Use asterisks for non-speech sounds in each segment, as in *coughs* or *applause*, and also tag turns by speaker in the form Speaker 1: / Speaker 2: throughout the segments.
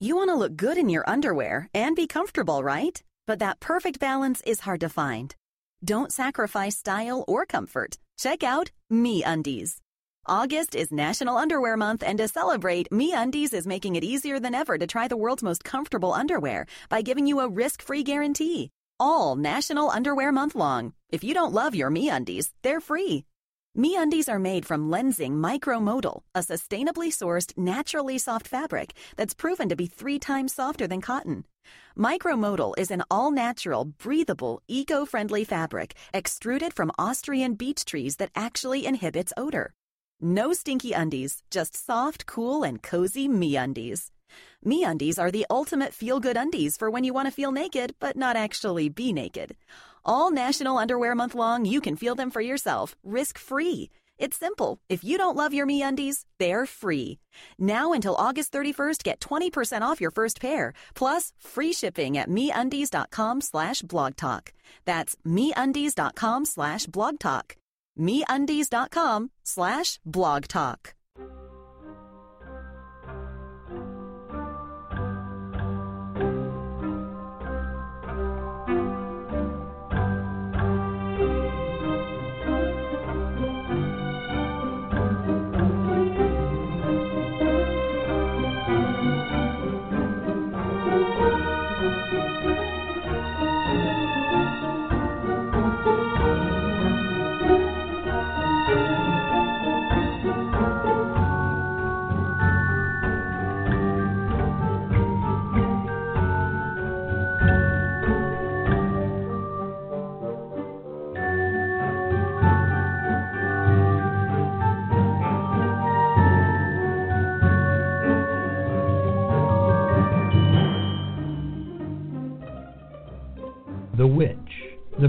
Speaker 1: You want to look good in your underwear and be comfortable, right? But that perfect balance is hard to find. Don't sacrifice style or comfort. Check out Me Undies. August is National Underwear Month, and to celebrate, Me Undies is making it easier than ever to try the world's most comfortable underwear by giving you a risk-free guarantee. All National Underwear Month long. If you don't love your Me Undies, they're free. Me Undies are made from lensing micromodal, a sustainably sourced, naturally soft fabric that's proven to be three times softer than cotton. Micromodal is an all natural, breathable, eco friendly fabric extruded from Austrian beech trees that actually inhibits odor. No stinky undies, just soft, cool, and cozy me undies. Me undies are the ultimate feel good undies for when you want to feel naked but not actually be naked. All National Underwear Month long, you can feel them for yourself, risk free. It's simple. If you don't love your me undies, they're free. Now until August 31st, get 20% off your first pair, plus free shipping at meundies.com slash blogtalk. That's meundies.com slash blogtalk meundies.com slash blog talk.
Speaker 2: The Witch, The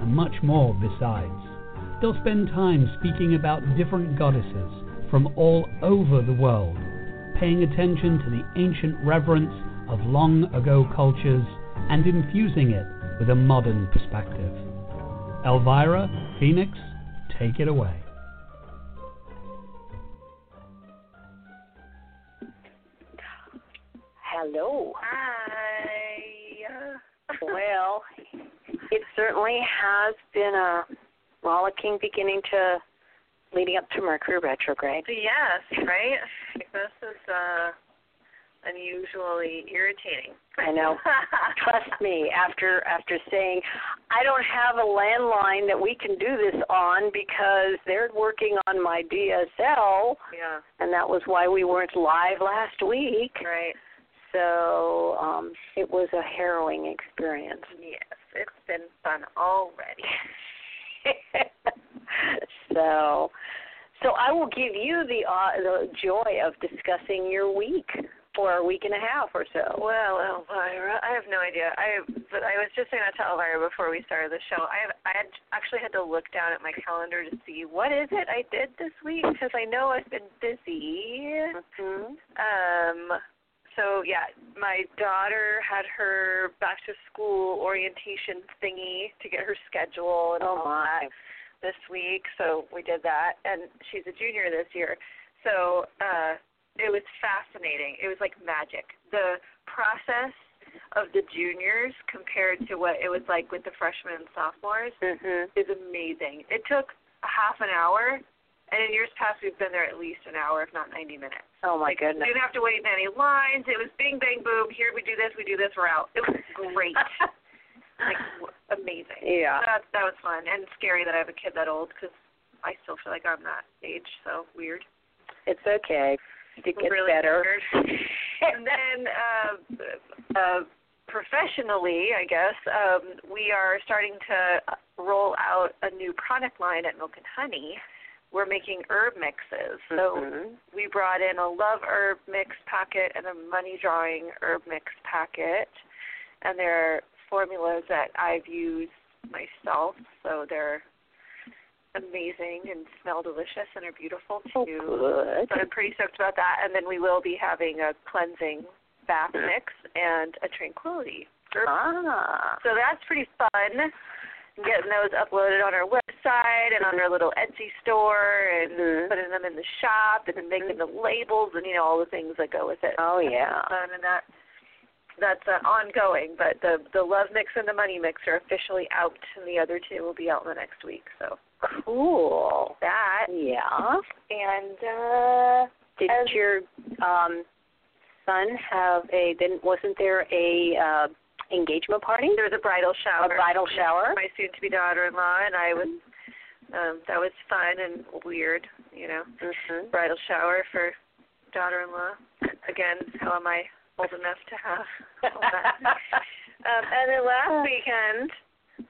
Speaker 2: and much more besides. They'll spend time speaking about different goddesses from all over the world, paying attention to the ancient reverence of long ago cultures and infusing it with a modern perspective. Elvira, Phoenix, take it away.
Speaker 3: Hello.
Speaker 4: Hi.
Speaker 3: well, it certainly has been a rollicking beginning to leading up to Mercury retrograde.
Speaker 4: Yes, right? This is uh unusually irritating.
Speaker 3: I know. Trust me, after after saying I don't have a landline that we can do this on because they're working on my DSL
Speaker 4: *laughs* Yeah,
Speaker 3: and that was why we weren't live last week.
Speaker 4: right.
Speaker 3: So, um it was a harrowing experience.
Speaker 4: Yes, it's been fun already.
Speaker 3: *laughs* so, so I will give you the uh, the joy of discussing your week for a week and a half or so.
Speaker 4: Well, Elvira, I have no idea. I but I was just saying that to Elvira before we started the show. I have, I had actually had to look down at my calendar to see what is it I did this week because I know I've been busy.
Speaker 3: Mm-hmm.
Speaker 4: Um, so yeah, my daughter had her back to school orientation thingy to get her schedule and
Speaker 3: Oh
Speaker 4: all
Speaker 3: my!
Speaker 4: that this week. So we did that, and she's a junior this year. So uh, it was fascinating. It was like magic. The process of the juniors compared to what it was like with the freshmen and sophomores
Speaker 3: Mhm.
Speaker 4: is amazing. It took a half an hour, and in years past we've been there at least an hour, if not 90 minutes.
Speaker 3: Oh my goodness!
Speaker 4: Didn't have to wait in any lines. It was bing, bang, boom. Here we do this, we do this, we're out. It was
Speaker 3: *laughs*
Speaker 4: great, like w- amazing.
Speaker 3: yeah.
Speaker 4: That that was fun and scary that I have a kid that old because I still feel like I'm that age. So weird.
Speaker 3: It's okay. It gets
Speaker 4: really
Speaker 3: better.
Speaker 4: Weird. and then uh, uh, professionally, I guess um, uh, we are starting to roll out a new product line at Milk and Honey, we're making herb mixes. So
Speaker 3: Mhm.
Speaker 4: we brought in a love herb mix packet and a money drawing herb mix packet, and they're formulas that I've used myself. So they're amazing and smell delicious and are beautiful
Speaker 3: Oh,
Speaker 4: too.
Speaker 3: good.
Speaker 4: So I'm pretty stoked about that. And then we will be having a cleansing bath
Speaker 3: Mm.
Speaker 4: mix and a tranquility. herb
Speaker 3: Ah.
Speaker 4: so that's pretty fun. Getting those uploaded on our website and on our little Etsy store and
Speaker 3: Mhm.
Speaker 4: putting them in the shop and then making the labels and you know all the things that go with it.
Speaker 3: Oh yeah.
Speaker 4: That's fun and that that's uh, ongoing, but the the love mix and the money mix are officially out and the other two will be out in the next week. So
Speaker 3: Cool.
Speaker 4: that
Speaker 3: Yeah.
Speaker 4: and uh
Speaker 3: Did
Speaker 4: As-
Speaker 3: your um son have a? Then wasn't there a uh, engagement party?
Speaker 4: there was a bridal
Speaker 3: A
Speaker 4: shower.
Speaker 3: bridal
Speaker 4: *laughs*
Speaker 3: shower.
Speaker 4: My soon to be daughter in law and I was um that was fun and weird, you know. *laughs*
Speaker 3: Mhm.
Speaker 4: bridal shower for daughter-in-law. Again, how am I old enough to have all
Speaker 3: *laughs*
Speaker 4: that? um, and then last weekend,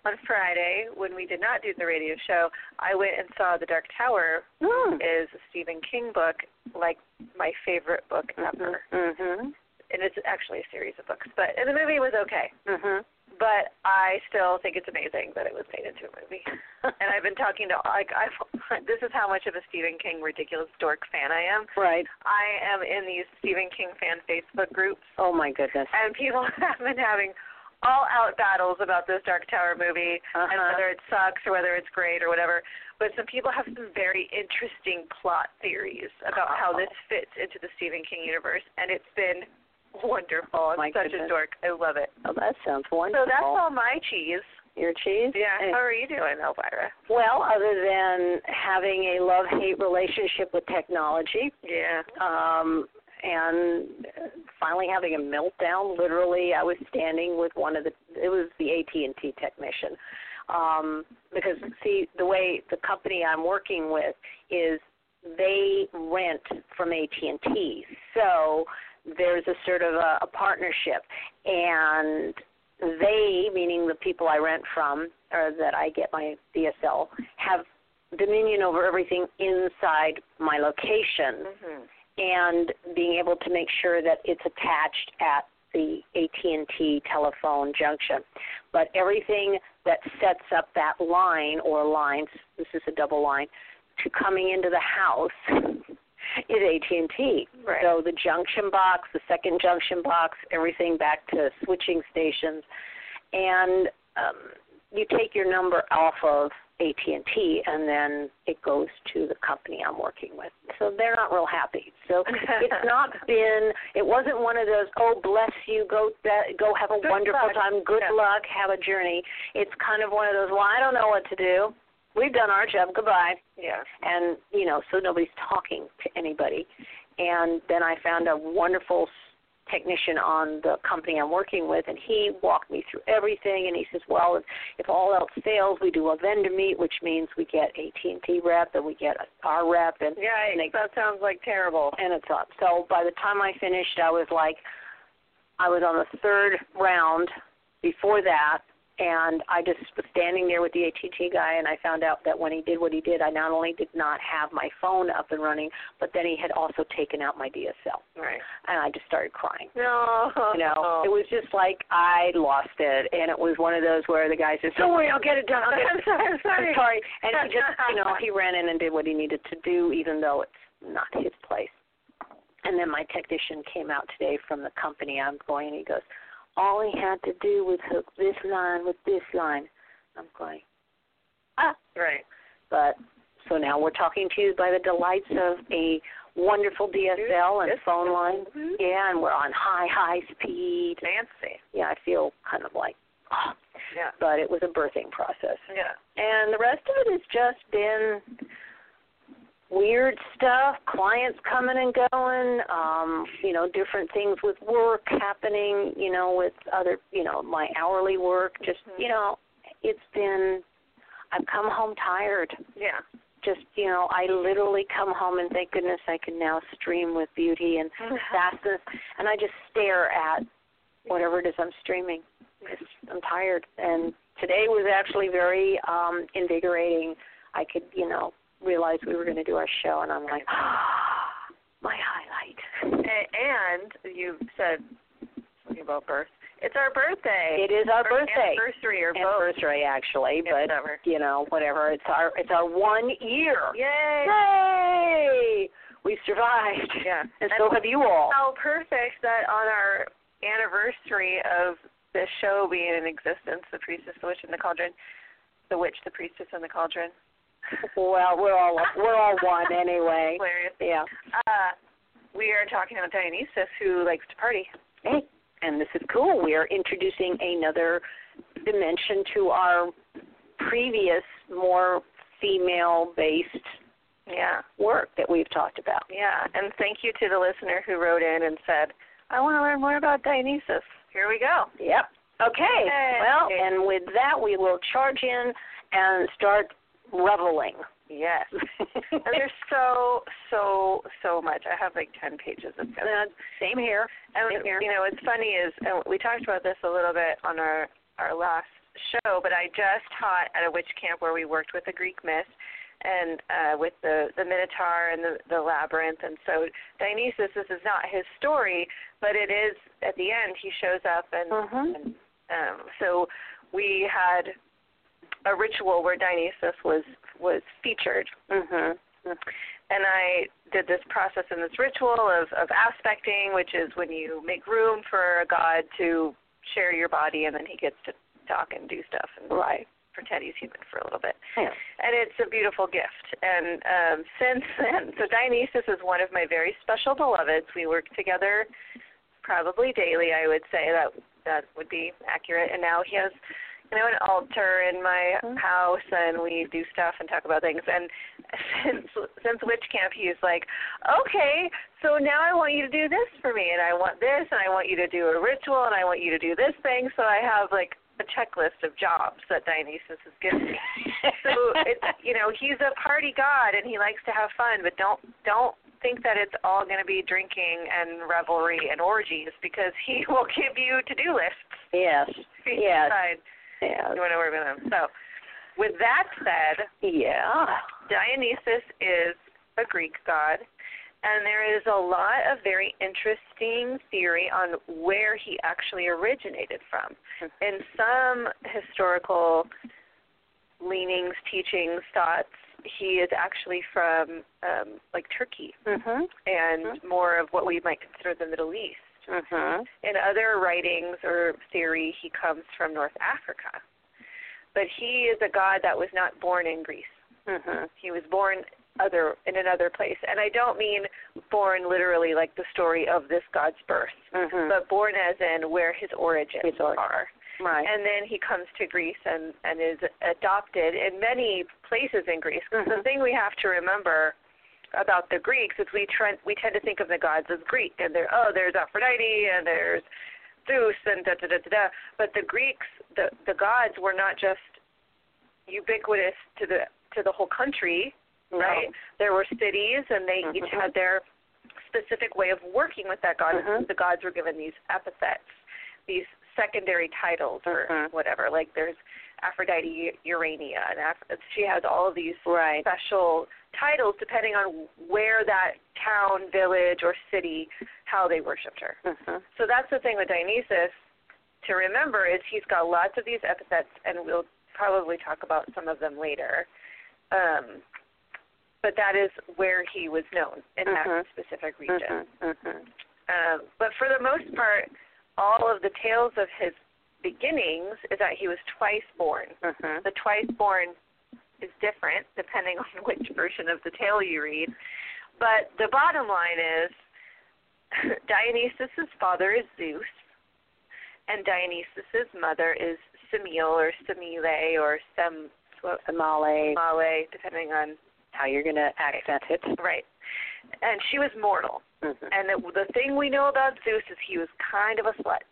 Speaker 4: on Friday, when we did not do the radio show, I went and saw The Dark Tower
Speaker 3: Mm.
Speaker 4: is a Stephen King book, like my favorite book ever.
Speaker 3: Mhm.
Speaker 4: And it's actually a series of books, but and the movie was okay.
Speaker 3: Mhm.
Speaker 4: But I still think it's amazing that it was made into a movie. And I've been talking to like I've *laughs* this is how much of a Stephen King ridiculous dork fan I am.
Speaker 3: right.
Speaker 4: I am in these Stephen King fan Facebook groups,
Speaker 3: Oh my goodness.
Speaker 4: and people *laughs* have been having all out battles about this Dark Tower movie and
Speaker 3: Uh-huh.
Speaker 4: whether it sucks or whether it's great or whatever. But some people have some very interesting plot theories about how this fits into the Stephen King universe, and it's been wonderful.
Speaker 3: Oh
Speaker 4: I'm
Speaker 3: My
Speaker 4: such
Speaker 3: goodness.
Speaker 4: a dork. I love it.
Speaker 3: Oh, that sounds
Speaker 4: So
Speaker 3: wonderful.
Speaker 4: that's all my cheese.
Speaker 3: your cheese.
Speaker 4: Yeah.
Speaker 3: Eh.
Speaker 4: How are you doing, Elvira?
Speaker 3: Well, other than having a love-hate relationship with technology,
Speaker 4: Yeah.
Speaker 3: um, and finally having a meltdown. Literally, I was standing with one of the. It was the AT and T technician, um, because see the way the company I'm working with is they rent from AT and T, so there's a sort of a, a partnership, and they, meaning the people I rent from or that I get my DSL, have dominion over everything inside my location
Speaker 4: Mhm.
Speaker 3: and being able to make sure that it's attached at the AT&T telephone junction. But everything that sets up that line or lines, this is a double line, to coming into the house *laughs* is AT&T.
Speaker 4: Right.
Speaker 3: So the junction box, the second junction box, everything back to switching stations, and um, you take your number off of AT&T, and then it goes to the company I'm working with. So they're not real happy. So
Speaker 4: *laughs*
Speaker 3: it's not been. It wasn't one of those. Oh, bless you. Go be- go have a
Speaker 4: Good
Speaker 3: wonderful
Speaker 4: luck.
Speaker 3: time. Good
Speaker 4: Yeah.
Speaker 3: luck. Have a journey. It's kind of one of those. Well, I don't know what to do. We've done our job. Goodbye
Speaker 4: yeah.
Speaker 3: and you know so nobody's talking to anybody and then i found a wonderful s- technician on the company i'm working with and he walked me through everything and he says well if, if all else fails we do a vendor meet which means we get at&t rep and we get our rep and
Speaker 4: Yeah. I-
Speaker 3: and they-
Speaker 4: that sounds like terrible.
Speaker 3: and it's up so by the time i finished i was like i was on the third round before that and I just was standing there with the ATT guy, and I found out that when he did what he did, I not only did not have my phone up and running, but then he had also taken out my DSL, *laughs*
Speaker 4: Right.
Speaker 3: and I just started crying.
Speaker 4: No.
Speaker 3: You know,
Speaker 4: Oh.
Speaker 3: it was just like I lost it, and it was one of those where the guy says, "Don't worry, I'll get it done. I'll get
Speaker 4: *laughs* I'm
Speaker 3: it done."
Speaker 4: sorry. I'm sorry.
Speaker 3: I'm sorry, and he just, you
Speaker 4: *laughs*
Speaker 3: know, he ran in and did what he needed to do, even though it's not his place. And then my technician came out today from the company I'm going, and he goes, all he had to do was hook this line with this line. I'm going, "Ah."
Speaker 4: Right.
Speaker 3: but so now we're talking to you by the delights of a wonderful DSL and
Speaker 4: Yes.
Speaker 3: phone line.
Speaker 4: Mhm.
Speaker 3: Yeah, and we're on high, high speed.
Speaker 4: Fancy.
Speaker 3: Yeah, I feel kind of like, oh.
Speaker 4: Yeah.
Speaker 3: but it was a birthing process.
Speaker 4: Yeah.
Speaker 3: And the rest of it has just been weird stuff, clients coming and going, um, you know, different things with work happening, you know, with other, you know, my hourly work, just, you know, it's been I've come home tired.
Speaker 4: Yeah.
Speaker 3: Just, you know, I literally come home and thank goodness I can now stream with beauty and
Speaker 4: Mm-hmm.
Speaker 3: fastness and I just stare at whatever it is I'm streaming. 'cause I'm tired. And today was actually very um invigorating. I could, you know, realized we were going to do our show, and I'm like, *gasps* ah, my highlight.
Speaker 4: And, and you said something about birth. It's our birthday.
Speaker 3: It is our
Speaker 4: Or
Speaker 3: birthday.
Speaker 4: Anniversary or both.
Speaker 3: Anniversary, actually, but
Speaker 4: whatever.
Speaker 3: you know, whatever. It's our it's our one year.
Speaker 4: Yay!
Speaker 3: Yay! We survived.
Speaker 4: Yeah.
Speaker 3: And so have you all.
Speaker 4: how perfect that on our anniversary of this show being in existence, the priestess, the witch, and the cauldron, the witch, the priestess, and the cauldron. Oh.
Speaker 3: Well, we're all we're all one
Speaker 4: *laughs*
Speaker 3: anyway.
Speaker 4: Hilarious.
Speaker 3: Yeah.
Speaker 4: Uh, we are talking about Dionysus, who likes to party.
Speaker 3: Hey, and this is cool. We are introducing another dimension to our previous more female based
Speaker 4: Yeah,
Speaker 3: work that we've talked about.
Speaker 4: yeah. And thank you to the listener who wrote in and said, "I want to learn more about Dionysus." Here we go.
Speaker 3: Yep. Okay.
Speaker 4: Hey.
Speaker 3: Well, and with that we will charge in and start reveling. *laughs*
Speaker 4: Yes. and there's so, so, so much. I have like ten pages of this.
Speaker 3: uh, Same here.
Speaker 4: And
Speaker 3: Same here.
Speaker 4: you know, what's funny is, and we talked about this a little bit on our our last show, but I just taught at a witch camp where we worked with a Greek myth and uh with the the minotaur and the the labyrinth and so dionysus this is not his story but it is at the end he shows up and,
Speaker 3: Mhm.
Speaker 4: and um so we had a ritual where dionysus was was featured
Speaker 3: Mhm.
Speaker 4: and I did this process and this ritual of, of aspecting, which is when you make room for a god to share your body, and then he gets to talk and do stuff and
Speaker 3: Right.
Speaker 4: pretend he's human for a little bit.
Speaker 3: Yeah.
Speaker 4: And it's a beautiful gift. And um, since then, so Dionysus is one of my very special beloveds. We work together probably daily. I would say that that would be accurate. And now he has, you know, an altar in my house, and we do stuff and talk about things. And *laughs* since since witch camp, he's like, okay, so now I want you to do this for me, and I want this, and I want you to do a ritual, and I want you to do this thing. So I have like a checklist of jobs that Dionysus has given me. *laughs* so it's you know he's a party god and he likes to have fun, but don't don't think that it's all going to be drinking and revelry and orgies because he *laughs* will give you to do lists.
Speaker 3: Yes.
Speaker 4: You
Speaker 3: Yes.
Speaker 4: decide
Speaker 3: Yes.
Speaker 4: You want to work with them. So with that said,
Speaker 3: Yeah.
Speaker 4: Dionysus is a Greek god, and there is a lot of very interesting theory on where he actually originated from. In some historical leanings, teachings, thoughts, he is actually from um, like Turkey
Speaker 3: Mhm.
Speaker 4: and more of what we might consider the Middle East.
Speaker 3: Mhm.
Speaker 4: In other writings or theory, he comes from North Africa. But he is a god that was not born in Greece
Speaker 3: Mhm.
Speaker 4: he was born other in another place and i don't mean born literally like the story of this god's birth
Speaker 3: Mhm.
Speaker 4: but born as in where his origins
Speaker 3: His origin.
Speaker 4: are
Speaker 3: Right.
Speaker 4: and then he comes to greece and and is adopted in many places in greece 'Cause the
Speaker 3: Mhm.
Speaker 4: thing we have to remember about the greeks is we trend we tend to think of the gods as greek and they're oh there's aphrodite and there's zeus and da da da da da but the greeks the the gods were not just ubiquitous to the to the whole country
Speaker 3: No.
Speaker 4: right? There were cities, and they each
Speaker 3: Mhm.
Speaker 4: had their specific way of working with that god.
Speaker 3: Mhm.
Speaker 4: The gods were given these epithets, these secondary titles or
Speaker 3: Mhm.
Speaker 4: whatever. Like there's Aphrodite Urania, and Aph- she has all of these
Speaker 3: Right.
Speaker 4: special titles depending on where that town, village, or city, how they worshipped her.
Speaker 3: Mhm.
Speaker 4: So that's the thing with Dionysus to remember is he's got lots of these epithets, and we'll probably talk about some of them later. Um, but that is where he was known in that
Speaker 3: Mhm.
Speaker 4: specific region.
Speaker 3: Mhm. Mhm.
Speaker 4: Um, but for the most part, all of the tales of his beginnings is that he was twice born.
Speaker 3: Mhm.
Speaker 4: The twice born is different depending *laughs* on which version of the tale you read. But the bottom line is *laughs* Dionysus's father is Zeus, and Dionysus's mother is Semele or Semele or Sem
Speaker 3: uh, Somali,
Speaker 4: Male, depending on
Speaker 3: how you're going to accent it.
Speaker 4: right. And she was mortal.
Speaker 3: Mhm.
Speaker 4: And the, the thing we know about Zeus is he was kind of a slut,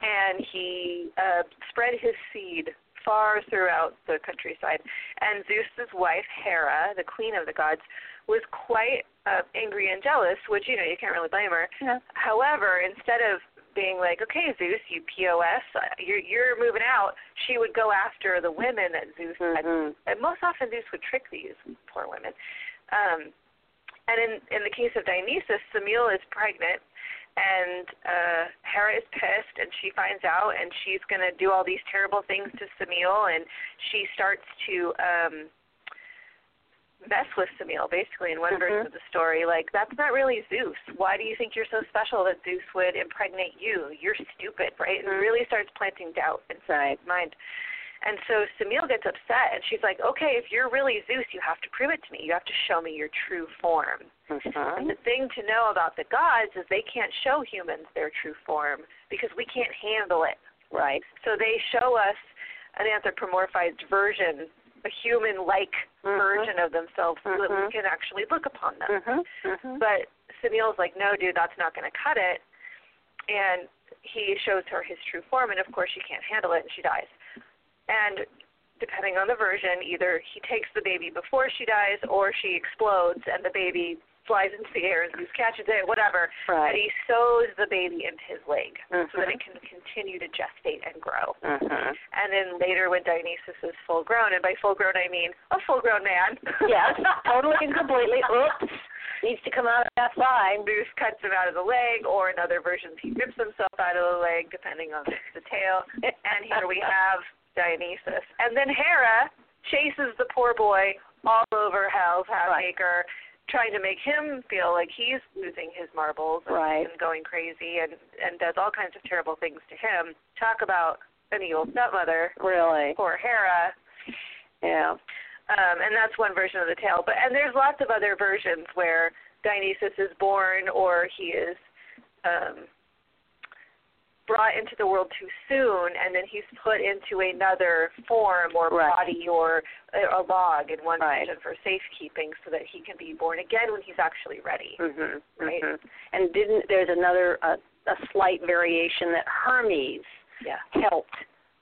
Speaker 4: and he uh, spread his seed far throughout the countryside. And Zeus's wife Hera, the queen of the gods, was quite uh, angry and jealous, which you know you can't really blame her.
Speaker 3: Yeah.
Speaker 4: However, instead of being like, "Okay, Zeus, you pos, uh, you're you're moving out." She would go after the women that Zeus had,
Speaker 3: Mhm.
Speaker 4: and most often Zeus would trick these poor women. Um, and in in the case of Dionysus, Semele is pregnant, and uh, Hera is pissed, and she finds out, and she's gonna do all these terrible things to Semele, and she starts to. um mess with Samil basically in one version
Speaker 3: Mhm.
Speaker 4: of the story. Like, that's not really Zeus. Why do you think you're so special that Zeus would impregnate you? You're stupid, right? And really starts planting doubt inside
Speaker 3: Right.
Speaker 4: his mind. And so Samil gets upset and she's like, Okay, if you're really Zeus you have to prove it to me. You have to show me your true form. And
Speaker 3: Mhm.
Speaker 4: the thing to know about the gods is they can't show humans their true form because we can't handle it.
Speaker 3: Right.
Speaker 4: So they show us an anthropomorphized version, a human like
Speaker 3: Mhm.
Speaker 4: version of themselves so that we
Speaker 3: Mhm.
Speaker 4: can actually look upon
Speaker 3: Mhm.
Speaker 4: them.
Speaker 3: Mhm.
Speaker 4: Mm-hmm. But Sunil's like, no, dude, that's not going to cut it. And he shows her his true form, and of course, she can't handle it and she dies. And depending on the version, either he takes the baby before she dies or she explodes and the baby flies into the air and Zeus catches it, whatever. And
Speaker 3: Right.
Speaker 4: he sews the baby into his leg so that
Speaker 3: Mhm.
Speaker 4: it can continue to gestate and grow.
Speaker 3: Mhm.
Speaker 4: And then later, when Dionysus is full grown, and by full grown I mean a full grown man.
Speaker 3: Yes, totally and completely. Oops. Needs to come out of that line.
Speaker 4: Zeus cuts him out of the leg, or in other versions, he rips himself out of the leg, depending on the tale. And here we have Dionysus. And then Hera chases the poor boy all over Hell's Halfacre, trying to make him feel like he's losing his marbles and,
Speaker 3: Right.
Speaker 4: and going crazy, and and does all kinds of terrible things to him. Talk about an evil stepmother,
Speaker 3: Really.
Speaker 4: poor Hera.
Speaker 3: Yeah.
Speaker 4: Um, and that's one version of the tale. But and there's lots of other versions where Dionysus is born or he is um, brought into the world too soon, and then he's put into another form or
Speaker 3: Right.
Speaker 4: body or a, a log in one
Speaker 3: Right.
Speaker 4: version for safekeeping, so that he can be born again when he's actually ready.
Speaker 3: Mhm.
Speaker 4: Right.
Speaker 3: Mhm. And didn't there's another uh, a slight variation that Hermes
Speaker 4: Yeah.
Speaker 3: helped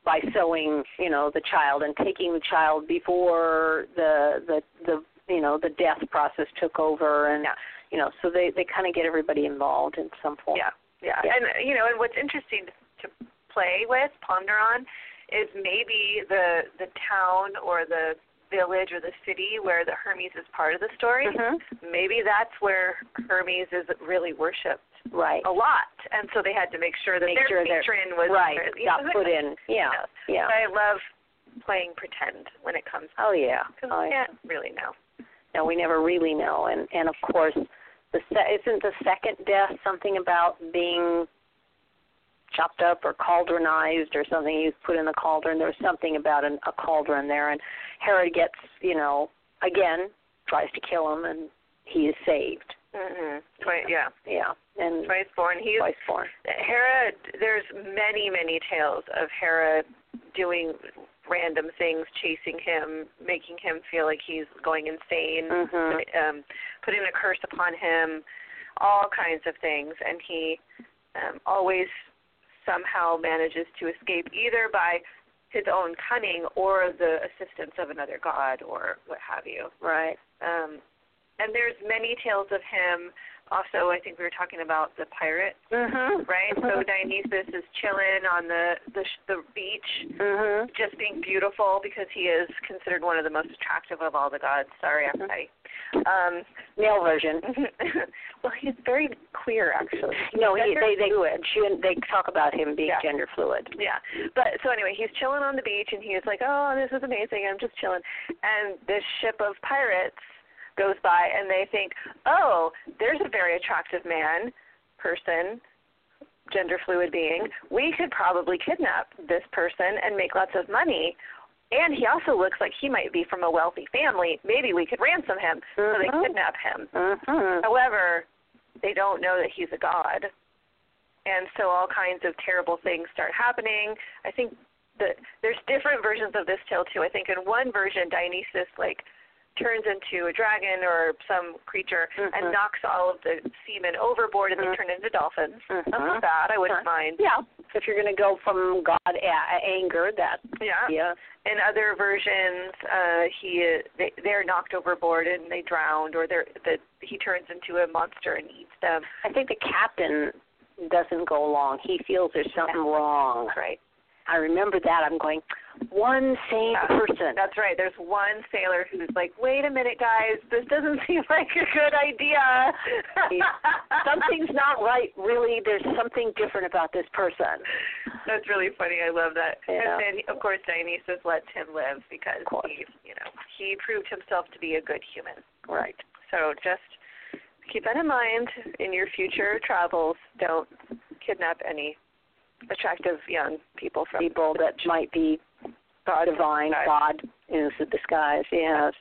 Speaker 3: by sowing, you know, the child and taking the child before the the the you know the death process took over and
Speaker 4: Yeah.
Speaker 3: you know so they they kind of get everybody involved in some form.
Speaker 4: Yeah, yeah,
Speaker 3: Yeah.
Speaker 4: and uh, you know, and what's interesting to play with, ponder on, is maybe the the town or the village or the city where the Hermes is part of the story.
Speaker 3: Mhm.
Speaker 4: Maybe that's where Hermes is really worshipped
Speaker 3: Right.
Speaker 4: a lot, and so they had to make sure that
Speaker 3: Make
Speaker 4: their
Speaker 3: sure they're-
Speaker 4: patron Oh, was
Speaker 3: right.
Speaker 4: you know, *laughs*
Speaker 3: Got put in. Yeah.
Speaker 4: you know.
Speaker 3: Yeah.
Speaker 4: I love playing pretend when it comes
Speaker 3: Oh yeah.
Speaker 4: because
Speaker 3: Oh,
Speaker 4: we
Speaker 3: yeah.
Speaker 4: can't really know.
Speaker 3: No, we never really know. And and of course, the se- isn't the second death something about being chopped up or cauldronized or something? He was put in the cauldron. There was something about an, a cauldron there, and Herod gets you know again tries to kill him, and he is saved.
Speaker 4: Mm-hmm. Twice, yeah,
Speaker 3: Yeah, and
Speaker 4: twice born. He's
Speaker 3: twice born.
Speaker 4: Hera, there's many, many tales of Hera doing random things, chasing him, making him feel like he's going insane,
Speaker 3: Mhm.
Speaker 4: um, putting a curse upon him, all kinds of things. And he um, always somehow manages to escape either by his own cunning or the assistance of another god or what have you.
Speaker 3: Right.
Speaker 4: Um, and there's many tales of him. Also, I think we were talking about the pirate
Speaker 3: Mhm.
Speaker 4: *laughs*
Speaker 3: *laughs*
Speaker 4: right? So Dionysus is chilling on the the, sh- the beach,
Speaker 3: Mhm.
Speaker 4: just being beautiful because he is considered one of the most attractive of all the gods. Sorry, I'm
Speaker 3: Mm-hmm.
Speaker 4: sorry. Um, *laughs*
Speaker 3: Male version.
Speaker 4: well, he's very queer, actually.
Speaker 3: No, he,
Speaker 4: Gender
Speaker 3: they they
Speaker 4: fluid.
Speaker 3: she- they talk about him being
Speaker 4: Yeah.
Speaker 3: gender fluid.
Speaker 4: Yeah. But so anyway, he's chilling on the beach and he's like, "Oh, this is amazing. I'm just chilling." And this ship of pirates goes by and they think, "Oh, there's a very attractive man, person, gender fluid being. We could probably kidnap this person and make lots of money." And he also looks like he might be from a wealthy family. Maybe we could ransom him. So they
Speaker 3: Mhm.
Speaker 4: kidnap him.
Speaker 3: Mhm.
Speaker 4: Oh. However, they don't know that he's a god. And so all kinds of terrible things start happening. I think that there's different versions of this tale too. I think in one version Dionysus like turns into a dragon or some creature and
Speaker 3: Mhm.
Speaker 4: knocks all of the seamen overboard and
Speaker 3: Mhm.
Speaker 4: they turn into dolphins.
Speaker 3: Mhm.
Speaker 4: That's not bad. I wouldn't
Speaker 3: Huh.
Speaker 4: mind.
Speaker 3: Yeah. If you're going to go from God a- anger, that
Speaker 4: Yeah.
Speaker 3: yeah.
Speaker 4: in other versions uh he is- they they're knocked overboard and they drowned or they're that he turns into a monster and eats them
Speaker 3: I think the captain doesn't go along. He feels there's something wrong.
Speaker 4: Right.
Speaker 3: I remember that. I'm going, one same
Speaker 4: Yeah.
Speaker 3: person.
Speaker 4: That's right. There's one sailor who's like, "Wait a minute, guys, this doesn't *laughs* seem like a good idea." *laughs*
Speaker 3: Something's not right, really. There's something different about this person.
Speaker 4: That's really funny. I love that.
Speaker 3: Yeah.
Speaker 4: And then, of course, Dionysus lets him live because
Speaker 3: Of course.
Speaker 4: he, you know, he proved himself to be a good human.
Speaker 3: Right.
Speaker 4: So just keep that in mind in your future travels. Don't kidnap any attractive young people from
Speaker 3: People that might be
Speaker 4: God.
Speaker 3: divine, God in the disguise. Yes.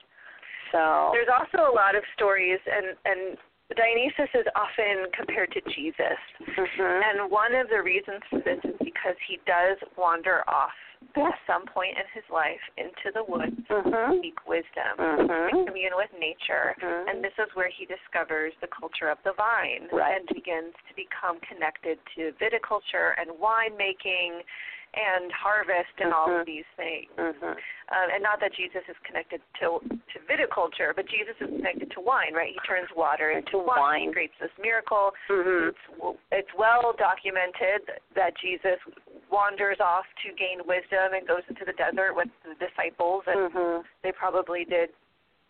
Speaker 3: So
Speaker 4: There's also a lot of stories, and and Dionysus is often compared to Jesus,
Speaker 3: Mhm.
Speaker 4: and one of the reasons for this is because he does wander off at some point in his life into the woods to
Speaker 3: Mhm.
Speaker 4: seek wisdom,
Speaker 3: Mhm.
Speaker 4: commune with nature,
Speaker 3: Mhm.
Speaker 4: and this is where he discovers the culture of the vine
Speaker 3: Right.
Speaker 4: and begins to become connected to viticulture and winemaking and harvest and all
Speaker 3: Mhm.
Speaker 4: of these things.
Speaker 3: Mhm.
Speaker 4: Um, and not that Jesus is connected to to viticulture, but Jesus is connected to wine, right? He turns water into
Speaker 3: To
Speaker 4: wine.
Speaker 3: wine.
Speaker 4: He creates this miracle.
Speaker 3: Mhm.
Speaker 4: It's w- it's well documented that Jesus wanders off to gain wisdom and goes into the desert with the disciples, and
Speaker 3: Mhm.
Speaker 4: they probably did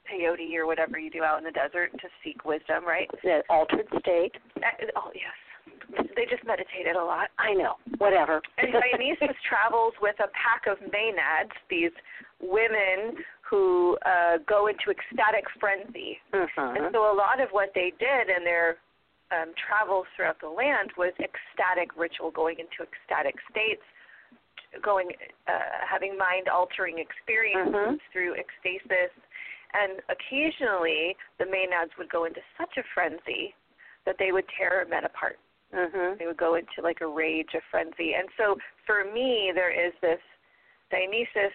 Speaker 4: peyote or whatever you do out in the desert to seek wisdom, right?
Speaker 3: That altered state.
Speaker 4: Uh, Oh yes, they just meditated a lot.
Speaker 3: I know. Whatever.
Speaker 4: And
Speaker 3: *laughs*
Speaker 4: Dionysus travels with a pack of maenads, these women who uh, go into ecstatic frenzy. And
Speaker 3: Mhm.
Speaker 4: *laughs* so a lot of what they did in their um, travels throughout the land was ecstatic ritual, going into ecstatic states, going, uh, having mind-altering experiences
Speaker 3: Mhm.
Speaker 4: through ecstasis. And occasionally, the maenads would go into such a frenzy that they would tear men apart
Speaker 3: Mhm.
Speaker 4: they would go into like a rage, a frenzy. And so for me, there is this Dionysus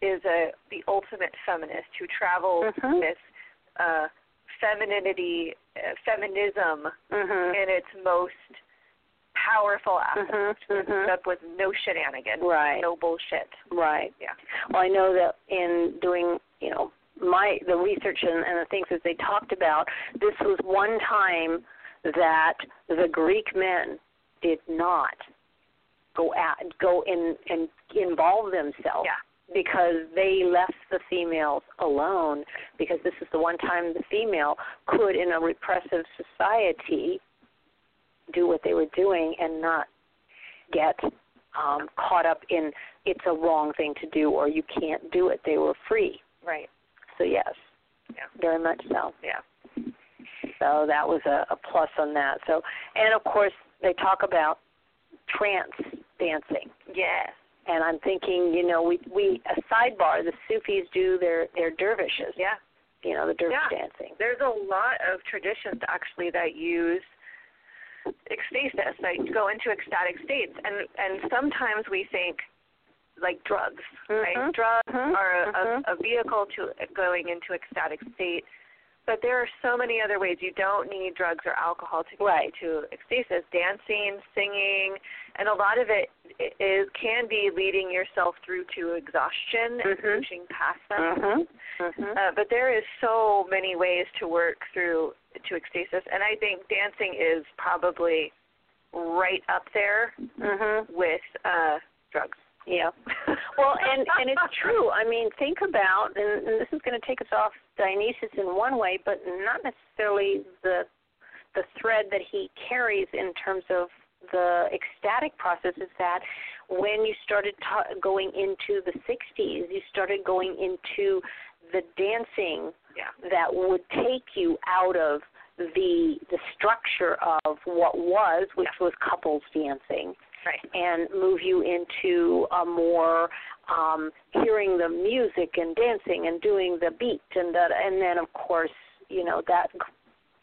Speaker 4: is a the ultimate feminist who travels
Speaker 3: Mhm.
Speaker 4: with uh, femininity, uh, feminism
Speaker 3: Mhm.
Speaker 4: in its most powerful aspect.
Speaker 3: Mhm. Mhm.
Speaker 4: *laughs* Up with no shenanigans,
Speaker 3: Right.
Speaker 4: no bullshit.
Speaker 3: Right.
Speaker 4: Yeah.
Speaker 3: Well, I know that in doing, you know, my the research and, and the things that they talked about, this was one time that the Greek men did not go at go in and involve themselves
Speaker 4: Yeah.
Speaker 3: because they left the females alone because this is the one time the female could in a repressive society do what they were doing and not get um, caught up in it's a wrong thing to do or you can't do it. They were free.
Speaker 4: Right.
Speaker 3: So yes,
Speaker 4: Yeah.
Speaker 3: very much so.
Speaker 4: Yeah.
Speaker 3: So that was a, a plus on that. So and of course they talk about trance dancing.
Speaker 4: Yeah.
Speaker 3: And I'm thinking, you know, we we a sidebar. The Sufis do their their dervishes.
Speaker 4: Yeah.
Speaker 3: You know, the dervish
Speaker 4: Yeah.
Speaker 3: dancing.
Speaker 4: There's a lot of traditions actually that use ecstasis, that go into ecstatic states, and and sometimes we think like drugs,
Speaker 3: Mhm.
Speaker 4: right? Drugs
Speaker 3: Mhm.
Speaker 4: are a,
Speaker 3: Mhm.
Speaker 4: a, a vehicle to going into ecstatic state, but there are so many other ways. You don't need drugs or alcohol to get
Speaker 3: Right.
Speaker 4: into ecstasis. Dancing, singing, and a lot of it i- is can be leading yourself through to exhaustion
Speaker 3: Mhm.
Speaker 4: and pushing past them.
Speaker 3: Mhm. Mhm.
Speaker 4: Uh, but there is so many ways to work through to ecstasis, and I think dancing is probably right up there
Speaker 3: Mhm.
Speaker 4: with uh, drugs.
Speaker 3: Yeah. *laughs* Well, and and it's true. I mean, think about, and, and this is going to take us off Dionysus in one way, but not necessarily the the thread that he carries in terms of the ecstatic process. Is that when you started ta- going into the '60s, you started going into the dancing
Speaker 4: yeah,
Speaker 3: that would take you out of the the structure of what was, which was couples dancing
Speaker 4: right.
Speaker 3: and move you into a more um, hearing the music and dancing and doing the beat and that and then of course you know that g-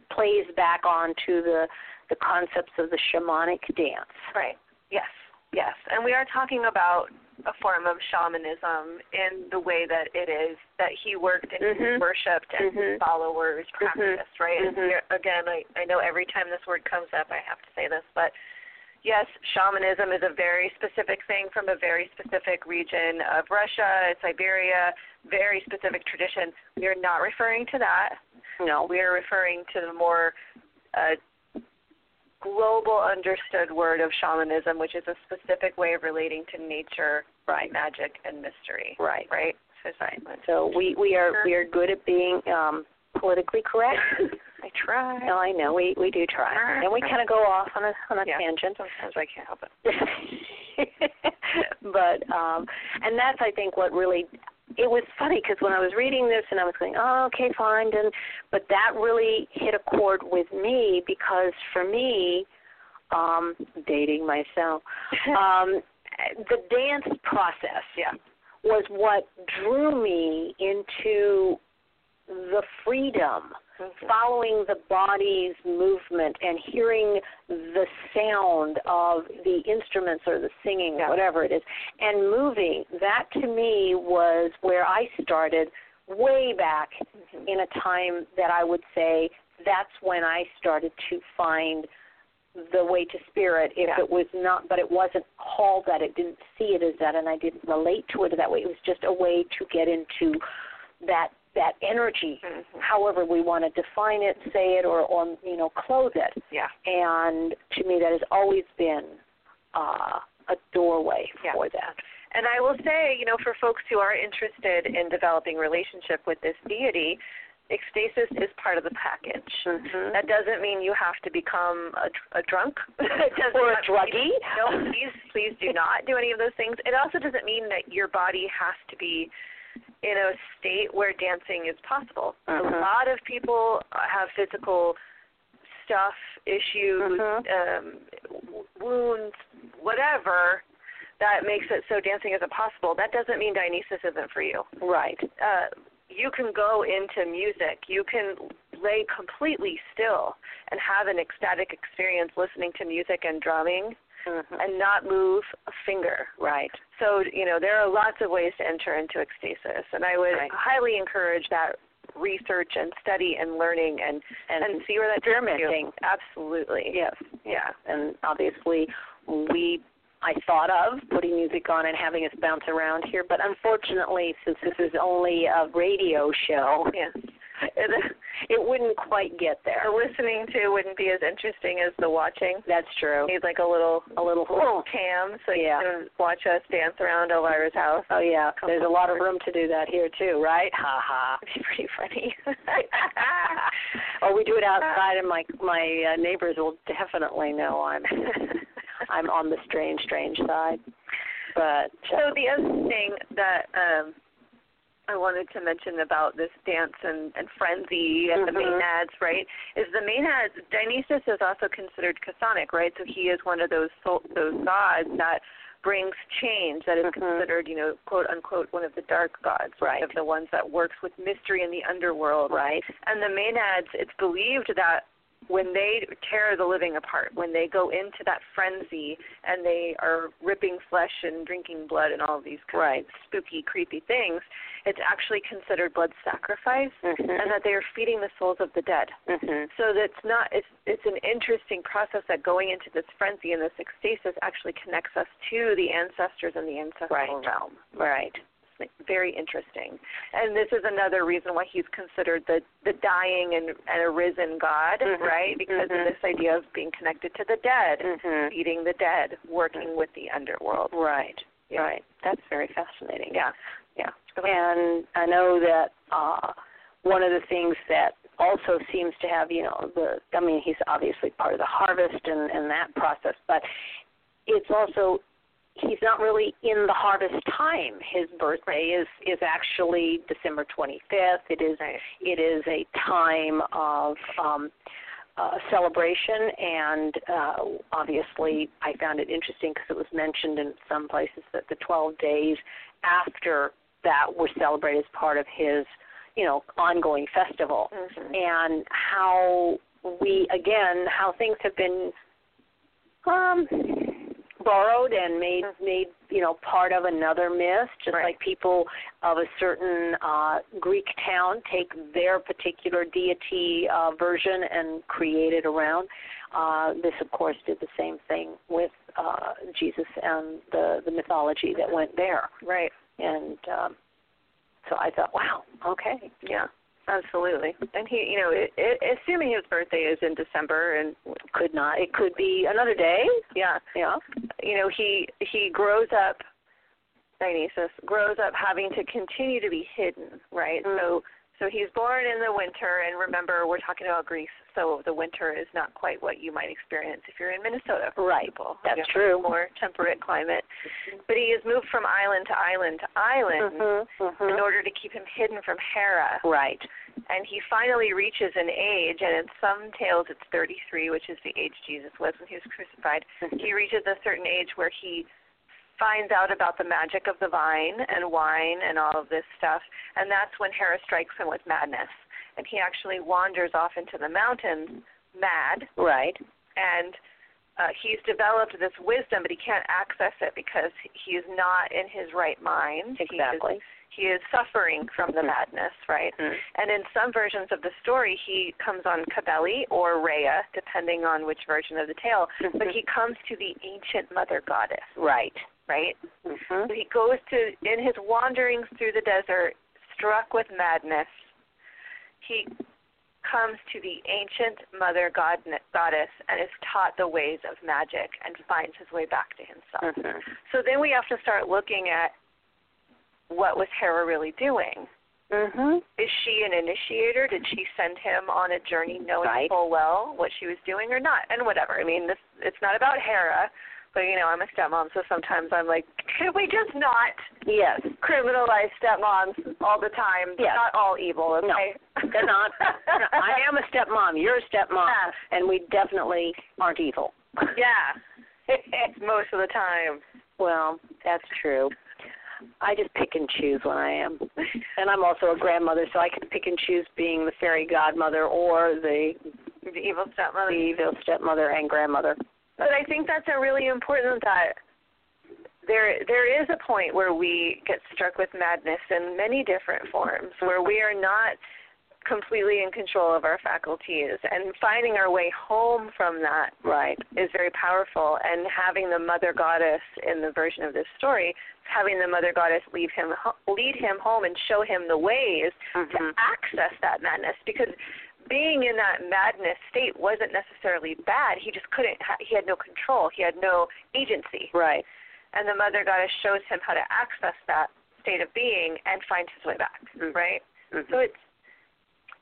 Speaker 3: plays back onto the the concepts of the shamanic dance.
Speaker 4: Right. Yes. Yes. And we are talking about a form of shamanism in the way that it is that he worked and he
Speaker 3: Mhm.
Speaker 4: worshipped and his
Speaker 3: Mhm.
Speaker 4: followers practiced, right? And
Speaker 3: Mhm.
Speaker 4: here- again, I, I know every time this word comes up, I have to say this, but yes, shamanism is a very specific thing from a very specific region of Russia, Siberia, very specific tradition. We are not referring to that.
Speaker 3: You know,
Speaker 4: We are referring to the more uh, global understood word of shamanism, which is a specific way of relating to nature,
Speaker 3: Right.
Speaker 4: magic, and mystery.
Speaker 3: Right.
Speaker 4: Right. So silence.
Speaker 3: So we we are we are good at being um politically correct. *laughs*
Speaker 4: I try.
Speaker 3: no, I know we we do try, and we kind of go off on a on a
Speaker 4: Yeah. *laughs*
Speaker 3: tangent. *laughs*
Speaker 4: Sometimes I can't help it.
Speaker 3: but um and that's i think what really it was funny because when i was reading this and i was going oh okay fine and but that really hit a chord with me because for me um dating
Speaker 4: *laughs*
Speaker 3: myself um the dance process
Speaker 4: Yeah.
Speaker 3: was what drew me into the freedom following the body's movement and hearing the sound of the instruments or the singing
Speaker 4: Yeah.
Speaker 3: or whatever it is and moving that to me was where i started way back
Speaker 4: Mm-hmm.
Speaker 3: in a time that i would say that's when i started to find the way to spirit if
Speaker 4: Yeah.
Speaker 3: it was not but it wasn't called that it didn't see it as that and i didn't relate to it that way it was just a way to get into that that energy
Speaker 4: Mhm.
Speaker 3: however we want to define it say it or or you know clothe it
Speaker 4: Yeah.
Speaker 3: and to me that has always been uh a doorway
Speaker 4: Yeah.
Speaker 3: for that
Speaker 4: And I will say, you know, for folks who are interested in developing relationship with this deity, ecstasis is part of the package.
Speaker 3: Mhm.
Speaker 4: That doesn't mean you have to become a, dr- a drunk *laughs* It doesn't
Speaker 3: Or a
Speaker 4: have-
Speaker 3: druggie.
Speaker 4: No, please, please do not do any of those things. It also doesn't mean that your body has to be in a state where dancing is possible. A
Speaker 3: Mhm.
Speaker 4: lot of people uh, have physical stuff, issues,
Speaker 3: Mhm.
Speaker 4: um, w- wounds, whatever that makes it so dancing isn't possible. That doesn't mean Dionysus isn't for you.
Speaker 3: right
Speaker 4: Uh, you can go into music. You can lay completely still and have an ecstatic experience listening to music and drumming
Speaker 3: Mhm.
Speaker 4: and not move a finger.
Speaker 3: right
Speaker 4: So, you know, there are lots of ways to enter into ecstasis, and I would
Speaker 3: Right.
Speaker 4: highly encourage that research and study and learning and
Speaker 3: and,
Speaker 4: and see where that takes
Speaker 3: experimenting.
Speaker 4: You. Absolutely.
Speaker 3: yes yeah and obviously we I thought of putting music on and having us bounce around here, but unfortunately, since this is only a radio show,
Speaker 4: Yeah.
Speaker 3: it, it wouldn't quite get there.
Speaker 4: The listening to wouldn't be as interesting as the watching.
Speaker 3: That's true.
Speaker 4: Need like a little
Speaker 3: A little.
Speaker 4: little cam so
Speaker 3: Yeah.
Speaker 4: you can watch us dance around
Speaker 3: *laughs*
Speaker 4: Elvira's house.
Speaker 3: Oh yeah, there's a lot of
Speaker 4: forward.
Speaker 3: room to do that here too, right? Ha ha. *laughs*
Speaker 4: That'd be pretty funny.
Speaker 3: Or we do it outside, and my my uh, neighbors will definitely know I'm *laughs* I'm on the strange, strange side. But uh,
Speaker 4: So the other thing that um, I wanted to mention about this dance and, and frenzy and the
Speaker 3: Mhm.
Speaker 4: Maenads, right, is the Maenads. Dionysus is also considered chthonic, right? So he is one of those sol- those gods that brings change. That is
Speaker 3: Mhm.
Speaker 4: considered, you know, quote unquote, one of the dark gods,
Speaker 3: Right.
Speaker 4: Of the ones that works with mystery in the underworld,
Speaker 3: right,
Speaker 4: and the Maenads, it's believed that when they tear the living apart, when they go into that frenzy and they are ripping flesh and drinking blood and all of these kind
Speaker 3: right.
Speaker 4: of spooky, creepy things, it's actually considered blood sacrifice,
Speaker 3: Mm-hmm.
Speaker 4: and that they are feeding the souls of the dead.
Speaker 3: hmm
Speaker 4: So that's not it's it's an interesting process that going into this frenzy and this ecstasis actually connects us to the ancestors and the ancestral
Speaker 3: Right.
Speaker 4: realm
Speaker 3: Right.
Speaker 4: very interesting. And this is another reason why he's considered the the dying and, and arisen God,
Speaker 3: Mhm.
Speaker 4: right? Because
Speaker 3: Mhm.
Speaker 4: of this idea of being connected to the dead,
Speaker 3: hmm
Speaker 4: feeding the dead, working with the underworld.
Speaker 3: Right.
Speaker 4: Yeah.
Speaker 3: Right. That's very fascinating.
Speaker 4: Yeah, yeah.
Speaker 3: And I know that uh one of the things that also seems to have, you know, the I mean, he's obviously part of the harvest and, and that process, but it's also he's not really in the harvest time. His birthday is is actually December twenty fifth. It is
Speaker 4: Right.
Speaker 3: it is a time of um uh, celebration, and uh, obviously, I found it interesting because it was mentioned in some places that the 12 days after that were celebrated as part of his, you know, ongoing festival,
Speaker 4: Mhm.
Speaker 3: and how we again how things have been um borrowed and made made you know part of another myth just
Speaker 4: Right.
Speaker 3: like people of a certain uh greek town take their particular deity uh version and create it around uh this of course did the same thing with uh jesus and the the mythology that went there
Speaker 4: Right.
Speaker 3: and um so i thought wow okay
Speaker 4: Yeah. Absolutely. And he, you know, it, it, assuming his birthday is in December and
Speaker 3: Could not. It could be another day.
Speaker 4: yeah,
Speaker 3: Yeah.
Speaker 4: you know, he he grows up Dionysus grows up having to continue to be hidden, right?
Speaker 3: Mm.
Speaker 4: So so he's born in the winter and remember we're talking about Greece, so the winter is not quite what you might experience if you're in Minnesota. for
Speaker 3: Right.
Speaker 4: example.
Speaker 3: That's
Speaker 4: You have
Speaker 3: true.
Speaker 4: a More temperate climate. But he has moved from island to island to island
Speaker 3: Mm-hmm.
Speaker 4: in order to keep him hidden from Hera.
Speaker 3: Right.
Speaker 4: And he finally reaches an age, and in some tales it's 33, which is the age Jesus was when he was crucified. He reaches a certain age where he finds out about the magic of the vine and wine and all of this stuff, and that's when Hera strikes him with madness. And he actually wanders off into the mountains mad,
Speaker 3: Right.
Speaker 4: and uh, he's developed this wisdom, but he can't access it because he is not in his right mind. He is,
Speaker 3: Exactly.
Speaker 4: he is suffering from the madness, right? And in some versions of the story, he comes on Cabeli or Rhea, depending on which version of the tale. But he comes to the ancient mother goddess,
Speaker 3: Right.
Speaker 4: right?
Speaker 3: Mm-hmm.
Speaker 4: So he goes to, in his wanderings through the desert, struck with madness, he comes to the ancient mother god- goddess and is taught the ways of magic and finds his way back to himself.
Speaker 3: Mm-hmm.
Speaker 4: So then we have to start looking at what was Hera really doing?
Speaker 3: Mm-hmm.
Speaker 4: is she an initiator? Did she send him on a journey knowing
Speaker 3: Right.
Speaker 4: full well what she was doing or not? And whatever. I mean, this it's not about Hera, but you know, I'm a stepmom, so sometimes I'm like, *laughs* can we just not
Speaker 3: Yes.
Speaker 4: criminalize stepmoms all the time? They're
Speaker 3: Yes.
Speaker 4: Not all evil,
Speaker 3: No,
Speaker 4: okay?
Speaker 3: *laughs* They're
Speaker 4: *laughs*
Speaker 3: not. I am a stepmom. You're a stepmom,
Speaker 4: Yeah.
Speaker 3: and we definitely aren't evil.
Speaker 4: yeah. *laughs* Most of the time.
Speaker 3: *laughs* Well, that's true. I just pick and choose when I am. And I'm also a grandmother, so I can pick and choose being the fairy godmother or the,
Speaker 4: The evil stepmother.
Speaker 3: the evil stepmother and grandmother.
Speaker 4: But I think that's a really important thought. There, there is a point where we get struck with madness in many different forms, where we are not completely in control of our faculties, and finding our way home from that
Speaker 3: Right.
Speaker 4: is very powerful. And having the mother goddess in the version of this story, having the mother goddess leave him, ho- lead him home, and show him the ways to access that madness because being in that madness state wasn't necessarily bad he just couldn't ha- he had no control he had no agency
Speaker 3: Right.
Speaker 4: and the mother goddess shows him how to access that state of being and find his way back
Speaker 3: Mm.
Speaker 4: right
Speaker 3: Mhm.
Speaker 4: so it's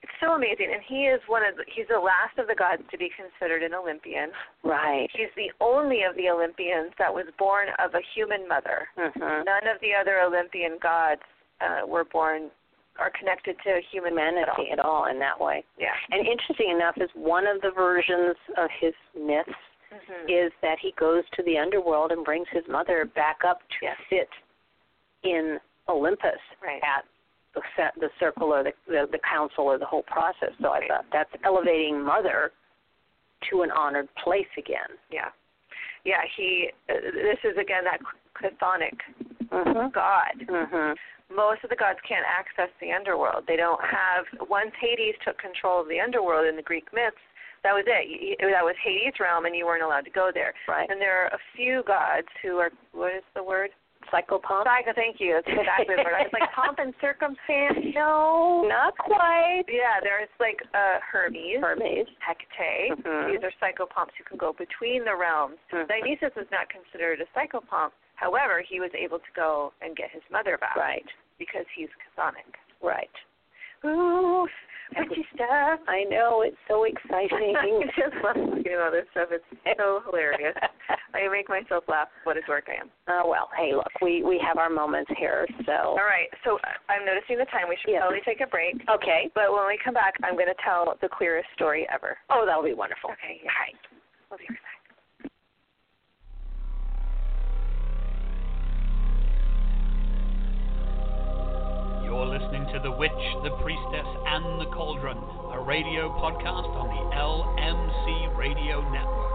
Speaker 4: it's so amazing and he is one of the, he's the last of the gods to be considered an olympian
Speaker 3: Right.
Speaker 4: he's the only of the olympians that was born of a human mother
Speaker 3: Mm-hmm.
Speaker 4: none of the other olympian gods uh, were born are connected to human at all.
Speaker 3: Humanity at all in that way.
Speaker 4: Yeah.
Speaker 3: And interesting enough is one of the versions of his myths
Speaker 4: Mm-hmm.
Speaker 3: is that he goes to the underworld and brings his mother back up to
Speaker 4: Yes.
Speaker 3: sit in Olympus
Speaker 4: Right.
Speaker 3: at the set, the circle or the, the the council or the whole process. So I
Speaker 4: Right.
Speaker 3: thought that's elevating mother to an honored place again.
Speaker 4: Yeah. Yeah. He. Uh, this is again that chthonic
Speaker 3: Mhm.
Speaker 4: Mm-hmm. god.
Speaker 3: Mhm.
Speaker 4: Most of the gods can't access the underworld. They don't have. Once Hades took control of the underworld in the Greek myths, that was it. You- you- That was Hades' realm, and you weren't allowed to go there.
Speaker 3: Right.
Speaker 4: And there are a few gods who are. What is the word?
Speaker 3: Psychopomp.
Speaker 4: Psycho. Thank you. That's exactly the word. I was like pomp and circumstance. No.
Speaker 3: Not quite.
Speaker 4: Yeah. There's like uh, Hermes.
Speaker 3: Hermes.
Speaker 4: Hecate.
Speaker 3: Mhm.
Speaker 4: These are psychopomps who can go between the realms.
Speaker 3: Mhm.
Speaker 4: Dionysus was not considered a psychopomp. However, he was able to go and get his mother back
Speaker 3: Right.
Speaker 4: because he's chthonic.
Speaker 3: Right.
Speaker 4: Ooh, witchy stuff.
Speaker 3: I know it's so exciting.
Speaker 4: *laughs* *laughs* I just love talking about this stuff. It's so hilarious. *laughs* I make myself laugh. What a dork I am.
Speaker 3: Oh well, hey, look, we we have our moments here, so
Speaker 4: All right, so uh, I'm noticing the time. We should
Speaker 3: Yes.
Speaker 4: probably take a break.
Speaker 3: okay.
Speaker 4: But when we come back, I'm going to tell the queerest story ever.
Speaker 3: Oh, that'll be wonderful.
Speaker 4: Okay, yeah. Hi. We'll be right back.
Speaker 2: You're listening to The Witch, The Priestess, and The Cauldron, a radio podcast on the LMC Radio Network.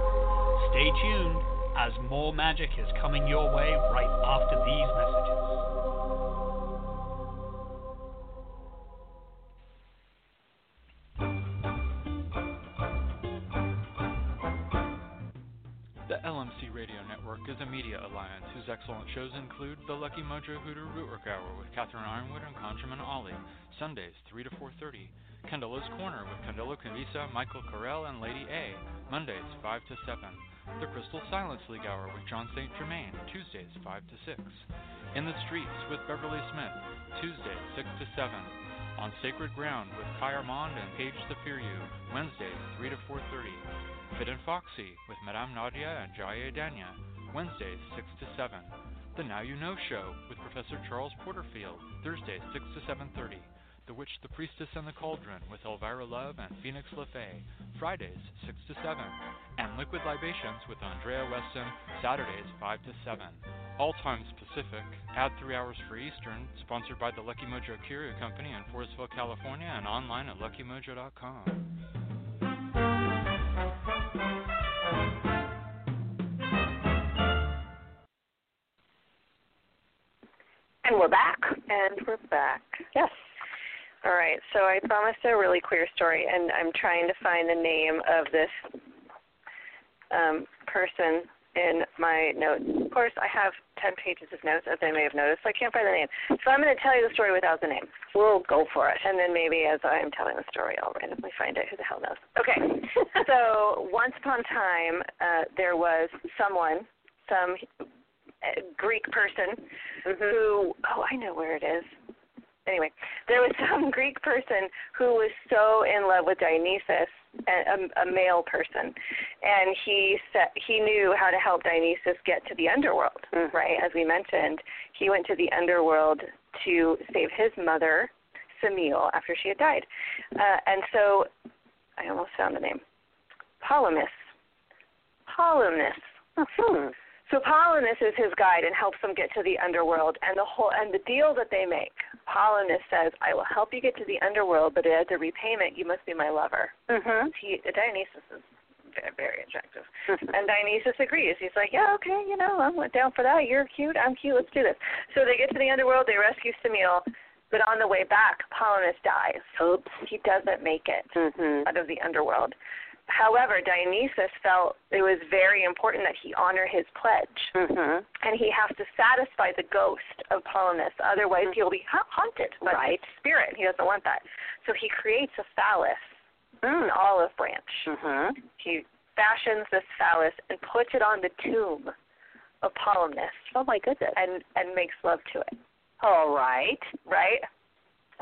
Speaker 2: Stay tuned as more magic is coming your way right after these messages.
Speaker 5: The LMC Radio Network is a media of Alliance, whose excellent shows include The Lucky Mojo Hooter Rootwork Hour with Catherine Ironwood and Conjurman Ollie, Sundays 3 to 4.30, Candela's Corner with Candelo Convisa, Michael Carell, and Lady A, Mondays 5 to 7, The Crystal Silence League Hour with John St. Germain, Tuesdays 5 to 6, In the Streets with Beverly Smith, Tuesdays 6 to 7, on Sacred Ground with Fire Mond and Paige the Fear You, Wednesdays 3 to 4.30. Fit and Foxy with Madame Nadia and Jaya Danya, Wednesdays 6 to 7. The Now You Know Show with Professor Charles Porterfield, Thursdays 6 to 7.30. The Witch, the Priestess, and the Cauldron with Elvira Love and Phoenix LaFay, Fridays 6 to 7. And Liquid Libations with Andrea Weston, Saturdays 5 to 7 all times Pacific, add three hours for Eastern, sponsored by the Lucky Mojo Curio Company in Forestville, California, and online at luckymojo.com.
Speaker 3: And we're back.
Speaker 4: And we're back.
Speaker 3: Yes.
Speaker 4: All right, so I promised a really queer story, and I'm trying to find the name of this um, person in my notes. Of course, I have 10 pages of notes, as I may have noticed, so I can't find the name. So I'm going to tell you the story without the name,
Speaker 3: We'll go for it.
Speaker 4: and then maybe as I'm telling the story, I'll randomly find out who the hell knows. Okay, so once upon a time, uh, there was someone, some uh, Greek person, who oh I know where it is. Anyway, there was *laughs* some Greek person who was so in love with Dionysus, a, a, a male person, and he said he knew how to help Dionysus get to the underworld.
Speaker 3: Mm.
Speaker 4: Right, as we mentioned, he went to the underworld to save his mother, Semele, after she had died, uh, and so I almost found the name, Polymus. Polymus. Mm-hmm.
Speaker 3: Hmm.
Speaker 4: So Polonus is his guide and helps them get to the underworld and the whole and the deal that they make. Polonus says, "I will help you get to the underworld, but as a repayment, you must be my lover."
Speaker 3: Mhm.
Speaker 4: He, Dionysus is ve- very attractive, and Dionysus agrees. He's like, "Yeah, okay, you know, I'm down for that. You're cute. I'm cute. Let's do this." So they get to the underworld. They rescue Semele, but on the way back, Polonus dies.
Speaker 3: Oops.
Speaker 4: He doesn't make it
Speaker 3: Mhm.
Speaker 4: out of the underworld. However, Dionysus felt it was very important that he honor his pledge
Speaker 3: Mhm.
Speaker 4: and he has to satisfy the ghost of Polonus. Otherwise, he'll be ha- haunted by
Speaker 3: Right.
Speaker 4: the spirit. He doesn't want that. So he creates a phallus, an
Speaker 3: Mm.
Speaker 4: olive branch.
Speaker 3: Mhm.
Speaker 4: He fashions this phallus and puts it on the tomb of Polonus
Speaker 3: Oh my goodness.
Speaker 4: and, and makes love to it,
Speaker 3: All right.
Speaker 4: right?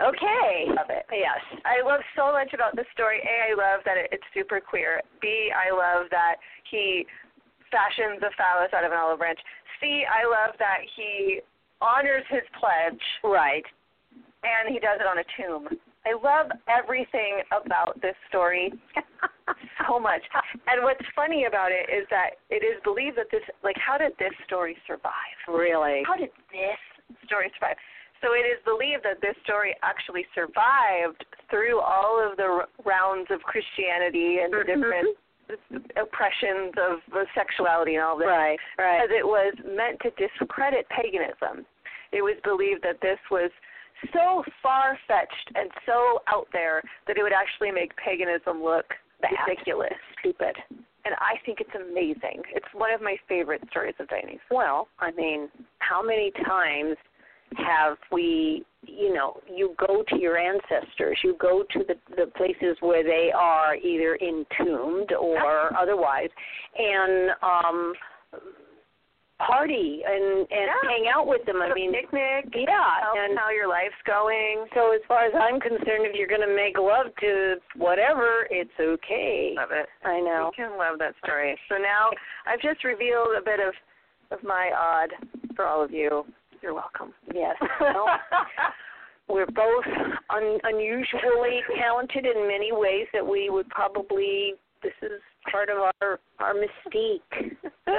Speaker 3: Okay.
Speaker 4: Love it.
Speaker 3: Yes.
Speaker 4: I love so much about this story. A, I love that it, it's super queer. B, I love that he fashions a phallus out of an olive branch. C, I love that he honors his pledge
Speaker 3: Right.
Speaker 4: and he does it on a tomb. I love everything about this story *laughs* so much. And what's funny about it is that it is believed that this, like, how did this story survive?
Speaker 3: really.
Speaker 4: How did this story survive? So it is believed that this story actually survived through all of the r- rounds of Christianity and the
Speaker 3: Mhm.
Speaker 4: different oppressions of of sexuality and all this
Speaker 3: Right. Right.
Speaker 4: as it was meant to discredit paganism. It was believed that this was so far fetched and so out there that it would actually make paganism look
Speaker 3: Bad.
Speaker 4: ridiculous.
Speaker 3: Stupid.
Speaker 4: And I think it's amazing. It's one of my favorite stories of Dionysus.
Speaker 3: Well, I mean, how many times have we, you know, you go to your ancestors, you go to the, the places where they are either entombed
Speaker 4: *laughs*
Speaker 3: or otherwise, and um, party and and
Speaker 4: Yeah.
Speaker 3: hang out with them. I
Speaker 4: The
Speaker 3: mean,
Speaker 4: picnic,
Speaker 3: yeah,
Speaker 4: tell them
Speaker 3: and
Speaker 4: how your life's going.
Speaker 3: so as far as I'm concerned, if you're going to make love to whatever, it's okay.
Speaker 4: Love it.
Speaker 3: I know.
Speaker 4: You can love that story. So now I've just revealed a bit of of my odd for all of you.
Speaker 3: *laughs*
Speaker 4: You're welcome.
Speaker 3: Yes. Well, we're both un- unusually talented in many ways that we would probably this is part of our our mystique. *laughs*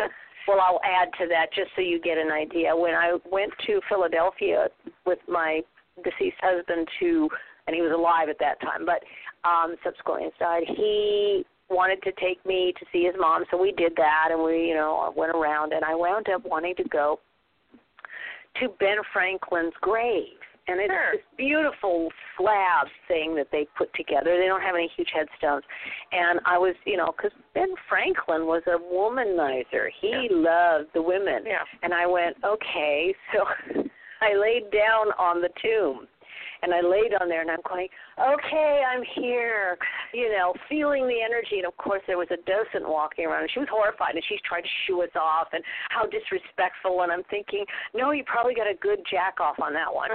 Speaker 3: well, I'll add to that just so you get an idea. When I went to Philadelphia with my deceased husband to and he was alive at that time, but um subsequently died, he wanted to take me to see his mom, so we did that and we, you know, went around and I wound up wanting to go to Ben Franklin's grave. and it's
Speaker 4: Sure.
Speaker 3: this beautiful slab thing that they put together. They don't have any huge headstones, and I was, you know, because Ben Franklin was a womanizer. He loved the women,
Speaker 4: Yeah.
Speaker 3: and I went, okay, *laughs* so I laid down on the tomb. And I laid on there and I'm going, okay, I'm here, you know, feeling the energy. And of course, there was a docent walking around and she was horrified and she's trying to shoo us off and how disrespectful. And I'm thinking, no, you probably got a good jack off on that
Speaker 4: *laughs*
Speaker 3: one.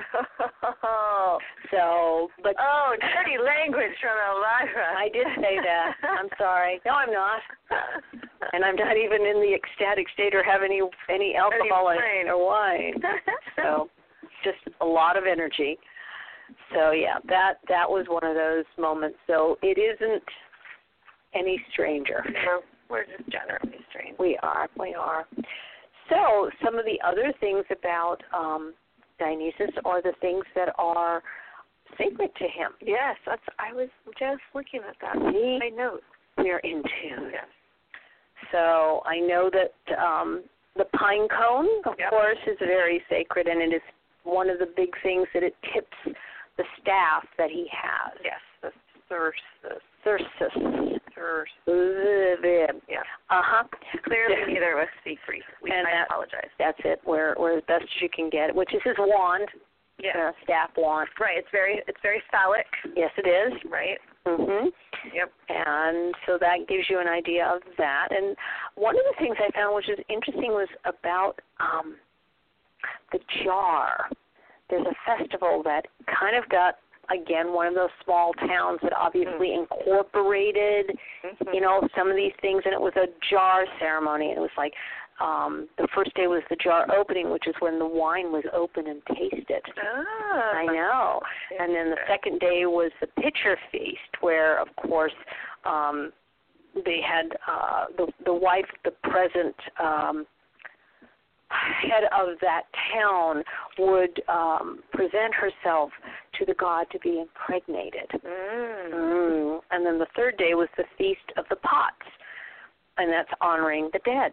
Speaker 4: oh,
Speaker 3: So, but
Speaker 4: dirty language from Elvira.
Speaker 3: I did say that. I'm
Speaker 4: *laughs*
Speaker 3: sorry. No, I'm not. And I'm not even in the ecstatic state or have any any alcohol in-
Speaker 4: wine. *laughs*
Speaker 3: or wine. So, just a lot of energy. So yeah, that that was one of those moments. So it isn't any stranger.
Speaker 4: we're, we're just generally strange.
Speaker 3: We are. We are. So, some of the other things about um, Dionysus are the things that are sacred to him.
Speaker 4: Yes, that's. I was just looking at that.
Speaker 3: Me?
Speaker 4: My notes.
Speaker 3: We're in tune.
Speaker 4: Yes.
Speaker 3: So, I know that um, the pine cone, of
Speaker 4: Yep.
Speaker 3: course, is very sacred, and it is one of the big things that it tips the staff that he has.
Speaker 4: Yes. The thirst. The
Speaker 3: Thyrsus.
Speaker 4: thirst.
Speaker 3: Uh
Speaker 4: Yeah.
Speaker 3: huh.
Speaker 4: Clearly, neither of us speak Greek. We,
Speaker 3: And
Speaker 4: I
Speaker 3: that-
Speaker 4: apologize.
Speaker 3: That's it. We're, we're as best as you can get, which is his wand,
Speaker 4: Yeah.
Speaker 3: uh, staff wand.
Speaker 4: Right. It's very. It's very phallic.
Speaker 3: Yes, it is.
Speaker 4: Right.
Speaker 3: Mhm.
Speaker 4: Yep.
Speaker 3: And so that gives you an idea of that. And one of the things I found which is interesting was about um the jar. There's a festival that kind of got again one of those small towns that obviously incorporated
Speaker 4: Mhm.
Speaker 3: you know some of these things and it was a jar ceremony and it was like um the first day was the jar opening which is when the wine was opened and tasted
Speaker 4: Ah.
Speaker 3: I know. And then the second day was the pitcher feast, where of course um, they had uh, the the wife, the present um, head of that town, would um, present herself to the god to be impregnated.
Speaker 4: Mm.
Speaker 3: Mm. And then the third day was the feast of the pots, and that's honoring the dead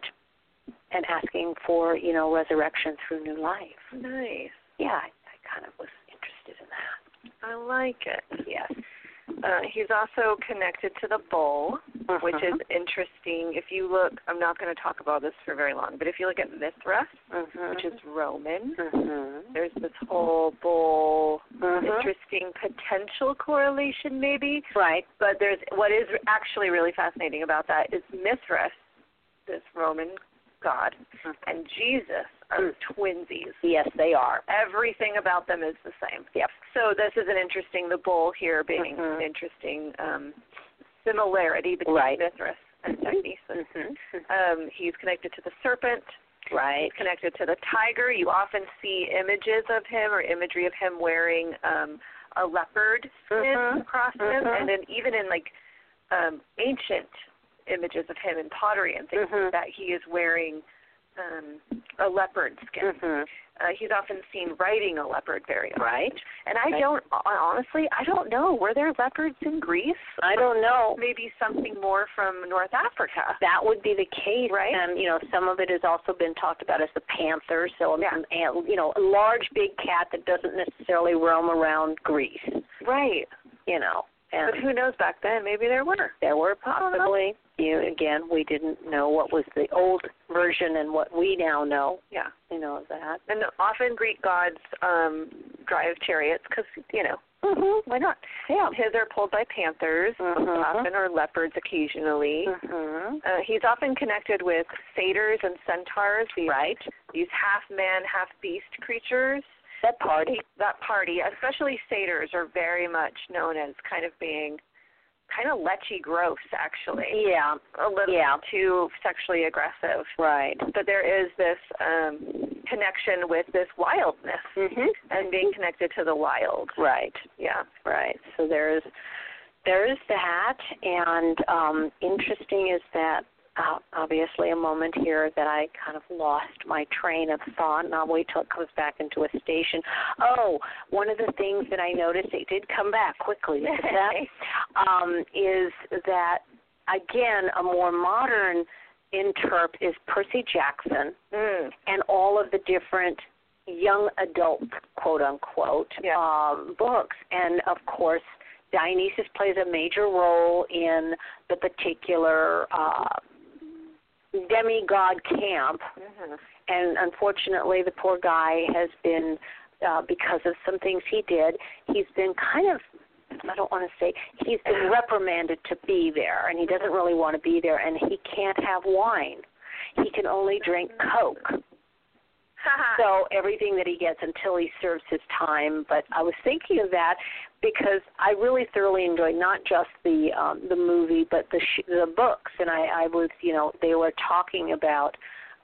Speaker 3: and asking for you know resurrection through new life
Speaker 4: Nice.
Speaker 3: yeah, I, I kind of was interested in that.
Speaker 4: I like it.
Speaker 3: Yes.
Speaker 4: Uh, he's also connected to the bull, which is interesting. If you look, I'm not going to talk about this for very long, but if you look at Mithra, which is Roman,
Speaker 3: mm-hmm.
Speaker 4: there's this whole bull.
Speaker 3: Mhm.
Speaker 4: Interesting potential correlation, maybe.
Speaker 3: right.
Speaker 4: But there's what is actually really fascinating about that is Mithra, this Roman god,
Speaker 3: Mhm.
Speaker 4: and Jesus are twinsies.
Speaker 3: Yes, they are.
Speaker 4: Everything about them is the same.
Speaker 3: Yep.
Speaker 4: So this is an interesting, the bull here being
Speaker 3: Mhm.
Speaker 4: an interesting um, similarity between
Speaker 3: Right.
Speaker 4: Mithras and Dionysus.
Speaker 3: Mm-hmm.
Speaker 4: Um, he's connected to the serpent.
Speaker 3: Right.
Speaker 4: He's connected to the tiger. You often see images of him or imagery of him wearing um, a leopard skin
Speaker 3: Mhm.
Speaker 4: across him,
Speaker 3: Mhm.
Speaker 4: and then even in like um, ancient images of him in pottery and things
Speaker 3: Mhm.
Speaker 4: like that, he is wearing um, a leopard skin.
Speaker 3: Mm-hmm.
Speaker 4: Uh, he's often seen riding a leopard very often.
Speaker 3: Right.
Speaker 4: And I
Speaker 3: Right.
Speaker 4: don't uh, honestly, I don't know. Were there leopards in Greece?
Speaker 3: I don't know.
Speaker 4: Maybe something more from North Africa.
Speaker 3: That would be the case,
Speaker 4: Right.
Speaker 3: and you know some of it has also been talked about as the panther. So,
Speaker 4: Yeah.
Speaker 3: an- an- you know, a large big cat that doesn't necessarily roam around Greece.
Speaker 4: Right.
Speaker 3: You know, and
Speaker 4: But who knows back then? Maybe there were.
Speaker 3: There were
Speaker 4: I don't know.
Speaker 3: possibly. You again, we didn't know what was the old version and what we now know.
Speaker 4: Yeah.
Speaker 3: You know of that.
Speaker 4: And often Greek gods um drive chariots because you know
Speaker 3: Mm-hmm.
Speaker 4: why not?
Speaker 3: Yeah.
Speaker 4: His are pulled by panthers,
Speaker 3: Mhm.
Speaker 4: often or leopards occasionally.
Speaker 3: Mm-hmm.
Speaker 4: Uh, he's often connected with satyrs and centaurs, these,
Speaker 3: Right.
Speaker 4: these half man, half beast creatures.
Speaker 3: That party.
Speaker 4: That party, especially satyrs, are very much known as kind of being kind of lechy gross, actually,
Speaker 3: Yeah.
Speaker 4: a little
Speaker 3: Yeah.
Speaker 4: too sexually aggressive.
Speaker 3: Right.
Speaker 4: But there is this um, connection with this wildness
Speaker 3: Mhm.
Speaker 4: and being connected to the wild.
Speaker 3: Right.
Speaker 4: Yeah.
Speaker 3: Right. So there is there is that, and um, interesting is that uh, obviously a moment here that I kind of lost my train of thought, and I'll wait till it comes back into a station. Oh, one of the things that I noticed it did come back quickly. Look at that. um, is that again a more modern interp is Percy Jackson
Speaker 4: Mm.
Speaker 3: Mm-hmm. and all of the different young adult quote unquote
Speaker 4: Yeah.
Speaker 3: um, books, and of course. Dionysus plays a major role in the particular uh, demigod camp
Speaker 4: *laughs* hmm
Speaker 3: and unfortunately the poor guy has been uh, because of some things he did he's been kind of i don't want to say he's been reprimanded to be there and he doesn't really want to be there and he can't have wine he can only drink coke so everything that he gets until he serves his time but i was thinking of that because i really thoroughly enjoyed not just the um the movie but the sh- the books and i i was you know they were talking about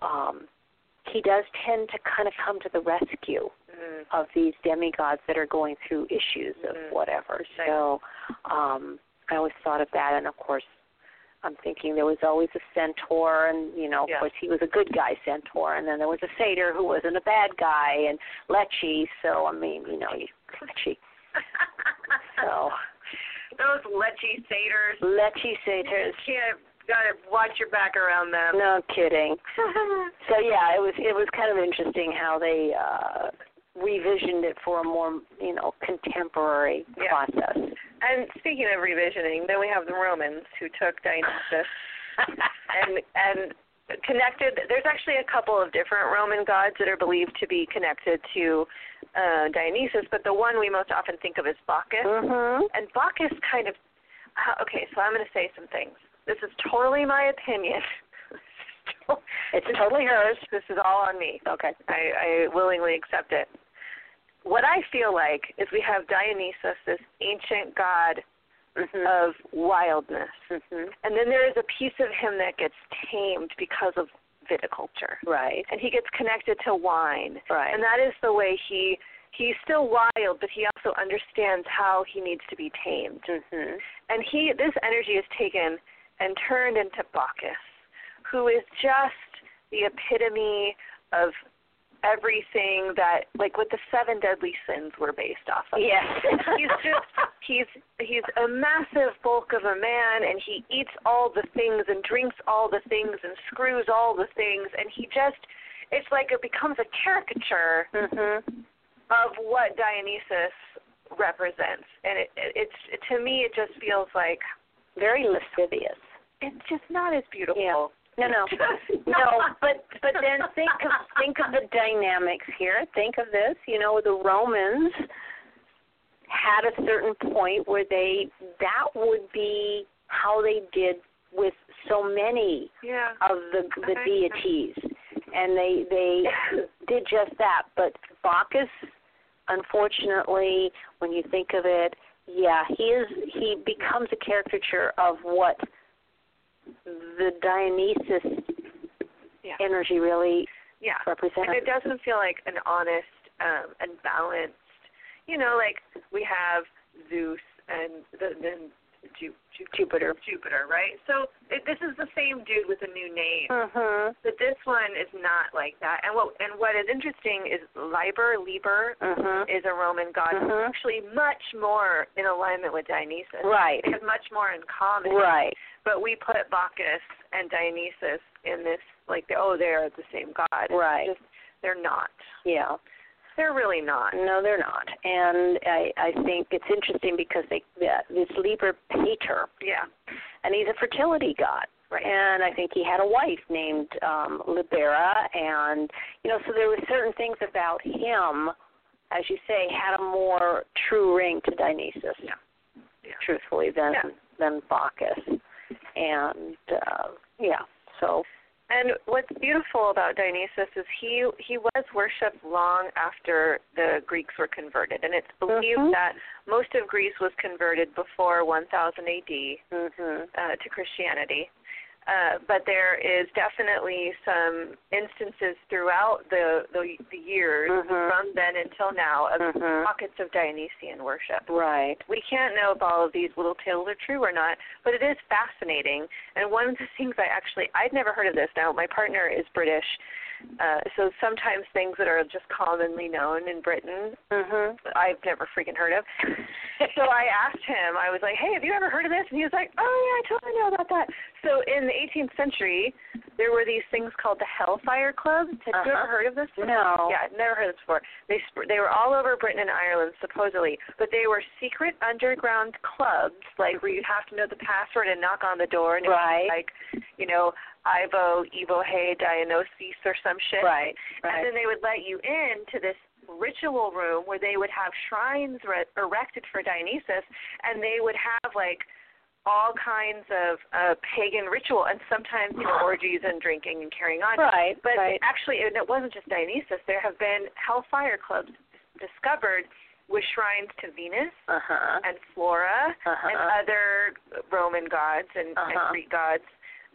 Speaker 3: um he does tend to kind of come to the rescue
Speaker 4: mm
Speaker 3: of these demigods that are going through issues of
Speaker 4: Mhm.
Speaker 3: whatever.
Speaker 4: Right.
Speaker 3: So um I always thought of that and of course I'm thinking there was always a centaur and you know, of
Speaker 4: Yeah.
Speaker 3: course he was a good guy centaur and then there was a satyr who wasn't a bad guy and Lechi, so I mean, you know, you Lechi. So
Speaker 4: Those lechy satyrs.
Speaker 3: Lechi satyrs.
Speaker 4: Can't gotta watch your back around
Speaker 3: *laughs*
Speaker 4: them.
Speaker 3: No kidding. So yeah, it was it was kind of interesting how they uh revisioned it for a more, you know, contemporary
Speaker 4: Yeah.
Speaker 3: process.
Speaker 4: and speaking of revisioning, then we have the Romans who took Dionysus and and connected there's actually a couple of different roman gods that are believed to be connected to uh dionysus but the one we most often think of is bacchus *laughs*
Speaker 3: Mhm.
Speaker 4: and bacchus kind of uh, okay so i'm going to say some things this is totally my opinion *laughs*
Speaker 3: It's totally hers.
Speaker 4: this is all on me
Speaker 3: Okay.
Speaker 4: I, I willingly accept it. What I feel like is we have Dionysus, this ancient god
Speaker 3: Mhm.
Speaker 4: of wildness,
Speaker 3: Mhm.
Speaker 4: and then there is a piece of him that gets tamed because of viticulture,
Speaker 3: Right.
Speaker 4: and he gets connected to wine,
Speaker 3: Right.
Speaker 4: and that is the way he he's still wild, but he also understands how he needs to be tamed,
Speaker 3: Mhm.
Speaker 4: and he this energy is taken and turned into Bacchus, who is just the epitome of everything that like what the seven deadly sins were based off of.
Speaker 3: Yes.
Speaker 4: *laughs* he's just *laughs* he's he's a massive bulk of a man and he eats all the things and drinks all the things and screws all the things and he just it's like it becomes a caricature
Speaker 3: Mhm.
Speaker 4: of what Dionysus represents and it, it it's to me it just feels like
Speaker 3: Very lascivious.
Speaker 4: it's just not as *laughs* beautiful.
Speaker 3: Yeah. No, no.
Speaker 4: *laughs*
Speaker 3: No, but but then think of think of the dynamics here. Think of this, you know, the Romans had a certain point where they that would be how they did with so many
Speaker 4: Yeah.
Speaker 3: of the the deities, and they they did just that. But Bacchus, unfortunately, when you think of it, yeah, he is he becomes a caricature of what the Dionysus
Speaker 4: Yeah.
Speaker 3: energy really
Speaker 4: Yeah. And
Speaker 3: represents.
Speaker 4: it doesn't feel like an honest um and balanced you know, like we have Zeus and the then Ju- Ju- Jupiter. Jupiter, right? So it, this is the same dude with a new name.
Speaker 3: Mhm.
Speaker 4: But this one is not like that. And what and what is interesting is Liber Liber
Speaker 3: Mhm.
Speaker 4: is a Roman god who's
Speaker 3: Mhm.
Speaker 4: actually much more in alignment with Dionysus.
Speaker 3: Right.
Speaker 4: They have much more in common.
Speaker 3: Right.
Speaker 4: But we put Bacchus and Dionysus in this like oh they're the same god. It's
Speaker 3: Right.
Speaker 4: Just they're not.
Speaker 3: Yeah.
Speaker 4: They're really not.
Speaker 3: No, they're not. And I I think it's interesting because they yeah, this Liber Pater
Speaker 4: Yeah.
Speaker 3: and he's a fertility god.
Speaker 4: Right.
Speaker 3: And I think he had a wife named um Libera and you know, so there were certain things about him, as you say, had a more true ring to Dionysus.
Speaker 4: Yeah. Yeah.
Speaker 3: Truthfully than
Speaker 4: Yeah.
Speaker 3: than Bacchus. And uh yeah. So
Speaker 4: And what's beautiful about Dionysus is he he was worshipped long after the Greeks were converted, and it's believed
Speaker 3: Mhm.
Speaker 4: that most of Greece was converted before 1000 A.D.
Speaker 3: mhm.
Speaker 4: Uh, to Christianity. Uh, but there is definitely some instances throughout the the, the years
Speaker 3: Mhm.
Speaker 4: from then until now of
Speaker 3: Mhm.
Speaker 4: pockets of Dionysian worship.
Speaker 3: Right.
Speaker 4: We can't know if all of these little tales are true or not, but it is fascinating. And one of the *laughs* things I actually I'd never heard of this. Now my partner is British, uh, so sometimes things that are just commonly known in Britain
Speaker 3: Mhm.
Speaker 4: I've never freaking heard of. *laughs* so I asked him. I was like, "Hey, have you ever heard of this?" And he was like, "Oh yeah, I totally know about that." So in the 18th century, there were these things called the Hellfire Clubs. Had you
Speaker 3: Uh-huh.
Speaker 4: ever heard of this? before?
Speaker 3: No.
Speaker 4: Yeah, I'd never heard of this before. They sp- they were all over Britain and Ireland supposedly, but they were secret underground clubs, like where you have to know the password and knock on the door, and it was
Speaker 3: Right.
Speaker 4: like, you know, Ivo Evo Hey Dionysus or some shit.
Speaker 3: Right.
Speaker 4: And
Speaker 3: Right.
Speaker 4: then they would let you in to this ritual room where they would have shrines re- erected for Dionysus, and they would have like all kinds of uh, pagan ritual, and sometimes you know orgies and drinking and carrying on.
Speaker 3: Right.
Speaker 4: But
Speaker 3: right.
Speaker 4: actually, and it wasn't just Dionysus. There have been hellfire clubs discovered with shrines to Venus
Speaker 3: Uh huh.
Speaker 4: and Flora and
Speaker 3: Uh-huh.
Speaker 4: other Roman gods and, and
Speaker 3: Uh-huh.
Speaker 4: Greek gods.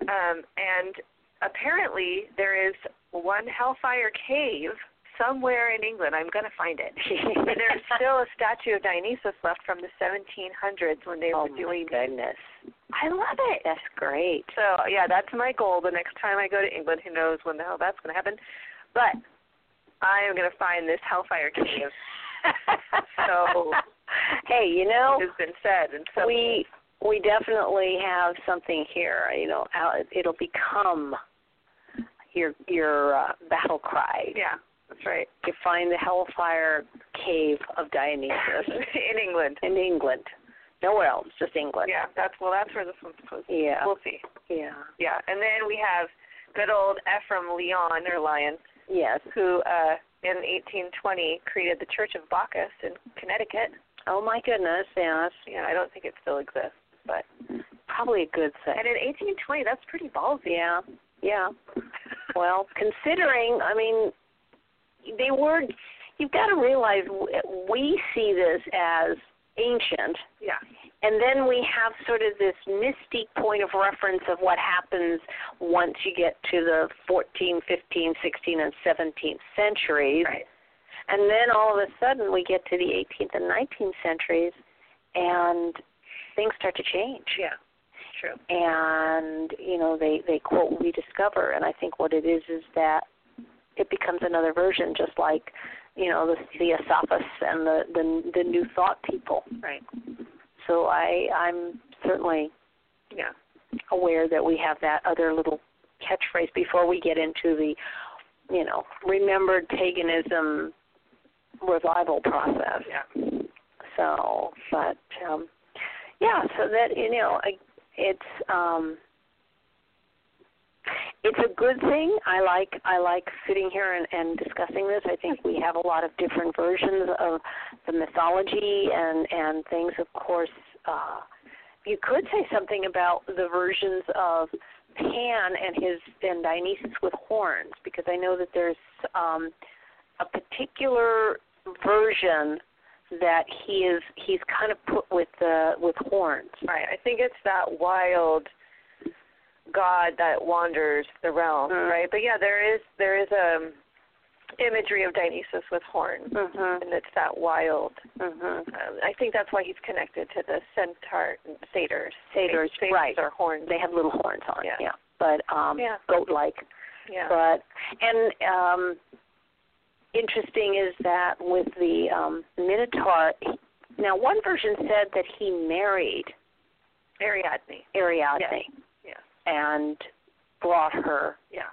Speaker 4: Um, and apparently, there is one hellfire cave somewhere in England. I'm going to find
Speaker 3: *laughs*
Speaker 4: it. and there's still a statue of Dionysus left from the 1700s when they
Speaker 3: Oh
Speaker 4: were doing.
Speaker 3: my goodness,
Speaker 4: I love it.
Speaker 3: that's great.
Speaker 4: So yeah, that's my goal. The next time I go to England, who knows when the hell that's going to happen? But I am going to find this hellfire cave. So-
Speaker 3: hey, you know,
Speaker 4: has been said, and so
Speaker 3: Oh. we we definitely have something here. You know, out- it'll become your your uh, battle cry.
Speaker 4: yeah,
Speaker 3: *laughs*
Speaker 4: that's right. *laughs*
Speaker 3: You find the Hellfire Cave of Dionysus
Speaker 4: *laughs* in England.
Speaker 3: in England. Nowhere else, just England.
Speaker 4: Yeah, that's well, that's where this one's supposed. to
Speaker 3: Yeah.
Speaker 4: We'll see.
Speaker 3: Yeah.
Speaker 4: Yeah, and then we have good old Ephraim Leon or Lyon,
Speaker 3: Yes.
Speaker 4: who uh, in 1820 created the Church of Bacchus in Connecticut.
Speaker 3: Oh my goodness. Yes.
Speaker 4: Yeah, I don't think it still exists, but
Speaker 3: Probably a good thing.
Speaker 4: and in 1820 that's pretty ballsy.
Speaker 3: Yeah. Yeah. Well, considering, I mean, they were. You've got to realize w- we see this as ancient,
Speaker 4: *laughs* yeah.
Speaker 3: and then we have sort of this mystic point of reference of what happens once you get to the 14, 15, 16, and 17th centuries,
Speaker 4: Right.
Speaker 3: and then all of a sudden we get to the 18th and 19th centuries, and things start to change
Speaker 4: Yeah. True.
Speaker 3: and you know they they quote rediscover and i think what it is is that it becomes another version just like you know the the esophagus and the the, the new thought people
Speaker 4: Right.
Speaker 3: so i i'm certainly
Speaker 4: Yeah.
Speaker 3: aware that we have that other little catchphrase before we get into the you know remembered paganism revival process
Speaker 4: Yeah.
Speaker 3: so, but um, yeah, so that you know, I- it's um, it's a good thing. I like I like sitting here and, and discussing this. I think we have a lot of different versions of the mythology and and things. Of course, uh, you could say something about the versions of Pan and his and Dionysus with horns, because I know that there's um, a particular version that he is he's kind of put with the with horns.
Speaker 4: Right. I think it's that wild god that wanders the realm,
Speaker 3: Mm.
Speaker 4: right? But yeah, there is there is um imagery of Dionysus with horns.
Speaker 3: Mhm.
Speaker 4: And it's that wild.
Speaker 3: Mhm.
Speaker 4: Um, I think that's why he's connected to the centaur, satyrs.
Speaker 3: Satyrs,
Speaker 4: satyrs
Speaker 3: right.
Speaker 4: Or horns.
Speaker 3: They have little horns on.
Speaker 4: Yeah.
Speaker 3: But um
Speaker 4: Yeah.
Speaker 3: goat like.
Speaker 4: yeah.
Speaker 3: But and um interesting is that with the um Minotaur he- now one version said that he married
Speaker 4: Ariadne.
Speaker 3: Ariadne
Speaker 4: Yeah.
Speaker 3: and brought her
Speaker 4: Yeah.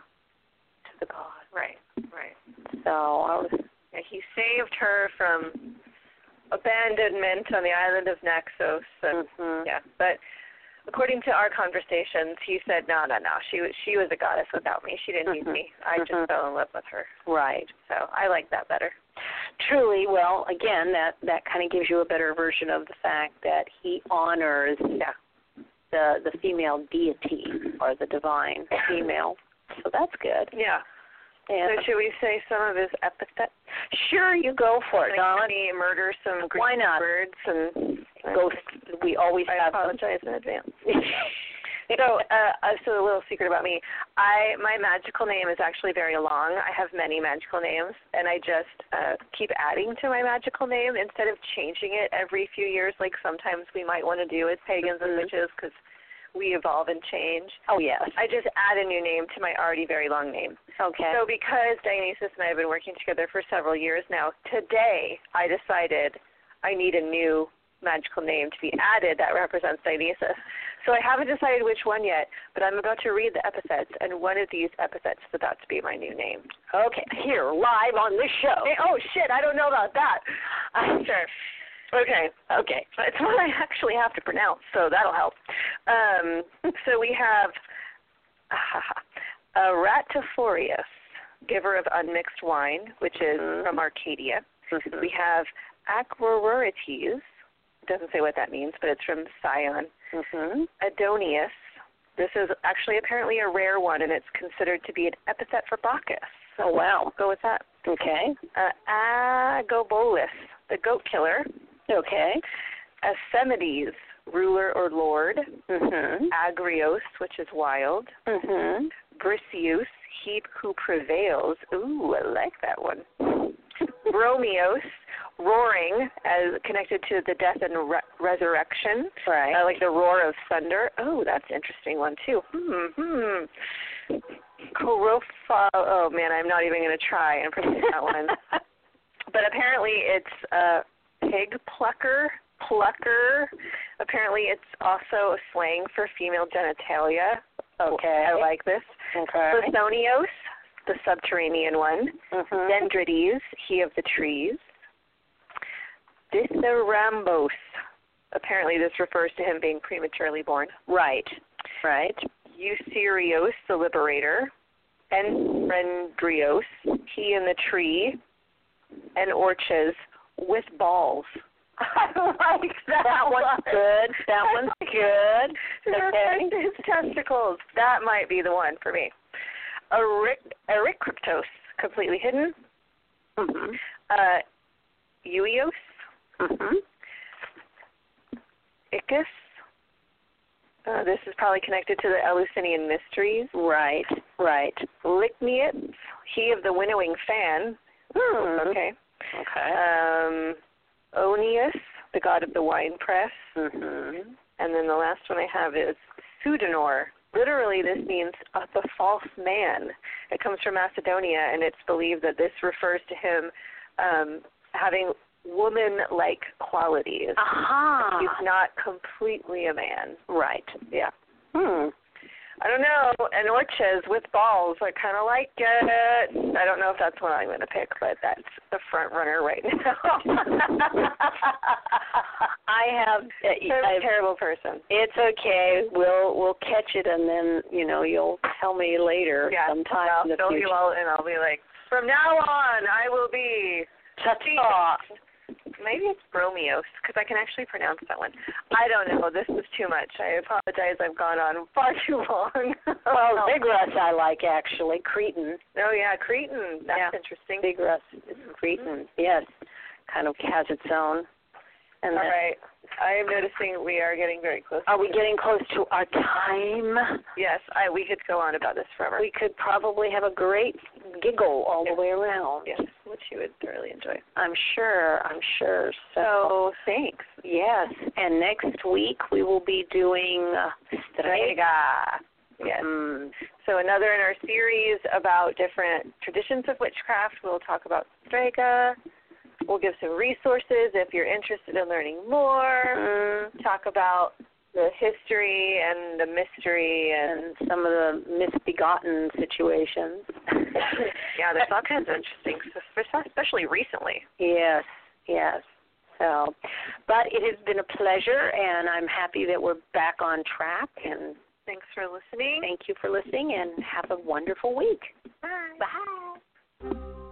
Speaker 3: to the god.
Speaker 4: Right. Right.
Speaker 3: So I was
Speaker 4: Yeah, he saved her from abandonment on the island of Naxos. And
Speaker 3: mhm.
Speaker 4: Yeah, but according to our conversations, he said, "No, no, no. She was she was a goddess without me. She didn't need
Speaker 3: Mhm.
Speaker 4: me. I just
Speaker 3: Mhm.
Speaker 4: fell in love with her."
Speaker 3: right.
Speaker 4: So I like that better.
Speaker 3: truly well again that that kind of gives you a better version of the fact that he honors
Speaker 4: Yeah.
Speaker 3: the the female deity or the divine female so that's good
Speaker 4: Yeah.
Speaker 3: and
Speaker 4: So should we say some of his epithets?
Speaker 3: sure you go for it
Speaker 4: Like
Speaker 3: Donna.
Speaker 4: when he murders some Greek
Speaker 3: why not
Speaker 4: birds and
Speaker 3: ghost we always
Speaker 4: I
Speaker 3: have them.
Speaker 4: apologize in advance. *laughs* So, uh, uh, so a little secret about me. I my magical name is actually very long. I have many magical names, and I just uh, keep adding to my magical name instead of changing it every few years, like sometimes we might want to do as pagans
Speaker 3: Mhm.
Speaker 4: and witches, because we evolve and change.
Speaker 3: oh yes
Speaker 4: I just add a new name to my already very long name.
Speaker 3: okay
Speaker 4: So, because Dionysus and I have been working together for several years now, today I decided I need a new magical name to be added that represents Dionysus. So I haven't decided which one yet, but I'm about to read the epithets, and one of these epithets is about to be my new name.
Speaker 3: Okay, here, live on this show.
Speaker 4: Hey, oh shit, I don't know about that. Uh, sure. Okay.
Speaker 3: Okay.
Speaker 4: It's one I actually have to pronounce, so that'll help. Um, *laughs* so we have *laughs* uh, Arataphorius, giver of unmixed wine, which is
Speaker 3: Mm-hmm.
Speaker 4: from Arcadia. We have Aquarorites, doesn't say what that means, but it's from Sion.
Speaker 3: Mm-hmm.
Speaker 4: Adonius, this is actually apparently a rare one, and it's considered to be an epithet for Bacchus. So
Speaker 3: Oh, wow.
Speaker 4: I'll go with that.
Speaker 3: Okay.
Speaker 4: Uh, Agobolus, the goat killer.
Speaker 3: Okay.
Speaker 4: Asemides, ruler or lord. Mm-hmm.
Speaker 3: Mhm.
Speaker 4: Agrios, which is wild.
Speaker 3: Mhm.
Speaker 4: Briseus, he who prevails. Ooh, I like that one. *laughs* Bromios, roaring, as connected to the death and re- resurrection.
Speaker 3: Right.
Speaker 4: I like the roar of thunder. Oh, that's an interesting one too. Hmm. hmm. Coropha. Oh man, I'm not even going to try and pronounce
Speaker 3: *laughs*
Speaker 4: that one. But apparently, it's a pig plucker. Plucker. Apparently, it's also a slang for female genitalia.
Speaker 3: okay.
Speaker 4: I like this.
Speaker 3: Okay.
Speaker 4: Lithonios, the subterranean one. Mm-hmm.
Speaker 3: Mhm.
Speaker 4: Dendrites, he of the trees. Dithyrambos. Apparently, this refers to him being prematurely born.
Speaker 3: right. Right.
Speaker 4: Eucerios, the liberator. Enfrendrios, he in the tree. And Orches, with balls. *laughs*
Speaker 3: I like that, one's
Speaker 4: one.
Speaker 3: good. That
Speaker 4: I
Speaker 3: one's
Speaker 4: like
Speaker 3: good.
Speaker 4: It
Speaker 3: Okay.
Speaker 4: refers to his testicles. That might be the one for me. Eric- Ericryptos, completely hidden.
Speaker 3: Mhm.
Speaker 4: Uh, Euios,
Speaker 3: Mhm.
Speaker 4: Iccus. Uh, this is probably connected to the Eleusinian mysteries.
Speaker 3: Right. Right.
Speaker 4: Lignius, he of the winnowing fan.
Speaker 3: Hmm.
Speaker 4: Okay.
Speaker 3: Okay.
Speaker 4: Um, Onius, the god of the wine press.
Speaker 3: Mhm.
Speaker 4: And then the last one I have is Pseudonor. Literally, this means uh, the false man. It comes from Macedonia, and it's believed that this refers to him um, having woman-like qualities.
Speaker 3: Uh-huh. Aha.
Speaker 4: He's not completely a man.
Speaker 3: Right.
Speaker 4: Yeah.
Speaker 3: Hmm.
Speaker 4: I don't know. And orches with balls. I kind of like it. I don't know if that's what I'm going to pick, but that's the front runner right now. *laughs*
Speaker 3: I have. uh,
Speaker 4: I'm
Speaker 3: I,
Speaker 4: a terrible person.
Speaker 3: it's okay. We'll we'll catch it, and then you know you'll tell me later
Speaker 4: Yeah.
Speaker 3: sometime in the
Speaker 4: I'll fill
Speaker 3: future.
Speaker 4: you out, and I'll be like, from now on, I will be.
Speaker 3: Touch off.
Speaker 4: Maybe it's bromios because I can actually pronounce that one. I don't know. This is too much. I apologize. I've gone on *laughs* far too long. *laughs*
Speaker 3: Well, Oh, Vigorous I like actually. Cretan.
Speaker 4: oh yeah, Cretan. That's
Speaker 3: Yeah.
Speaker 4: interesting.
Speaker 3: Vigorous is
Speaker 4: Mm-hmm.
Speaker 3: Cretan. Yes. Kind of has its own. And
Speaker 4: Mm-hmm. All
Speaker 3: then,
Speaker 4: right. I am noticing we are getting very close.
Speaker 3: are we getting close to our time?
Speaker 4: Yes, I we could go on about this forever.
Speaker 3: We could probably have a great giggle all the way around.
Speaker 4: yes, which you would thoroughly enjoy.
Speaker 3: I'm sure. I'm sure. So,
Speaker 4: So thanks.
Speaker 3: yes. And next week we will be doing uh, Strega.
Speaker 4: Yes.
Speaker 3: Mm,
Speaker 4: So another in our series about different traditions of witchcraft. We'll talk about Strega. We'll give some resources if you're interested in learning more.
Speaker 3: mm,
Speaker 4: Talk about Mm-hmm. the history and the mystery and
Speaker 3: and some of the misbegotten *laughs* situations.
Speaker 4: *coughs* yeah, there's all kinds of interesting stuff, especially recently.
Speaker 3: Yes, yes. So, but it has been a pleasure, and I'm happy that we're back on track. And
Speaker 4: Thanks for listening.
Speaker 3: thank you for listening, and have a wonderful week.
Speaker 4: Bye.
Speaker 3: Bye.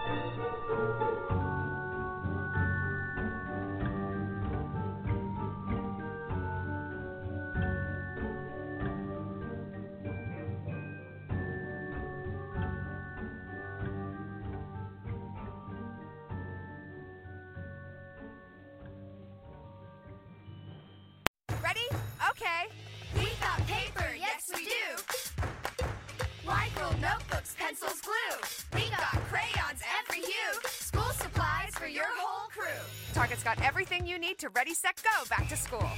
Speaker 6: Ready? Okay. We got paper, yes we do. Wide ruled notebooks, pencils, glue. We got crayons every hue. School supplies for your whole crew. Target's got everything you need to ready, set, go back to school.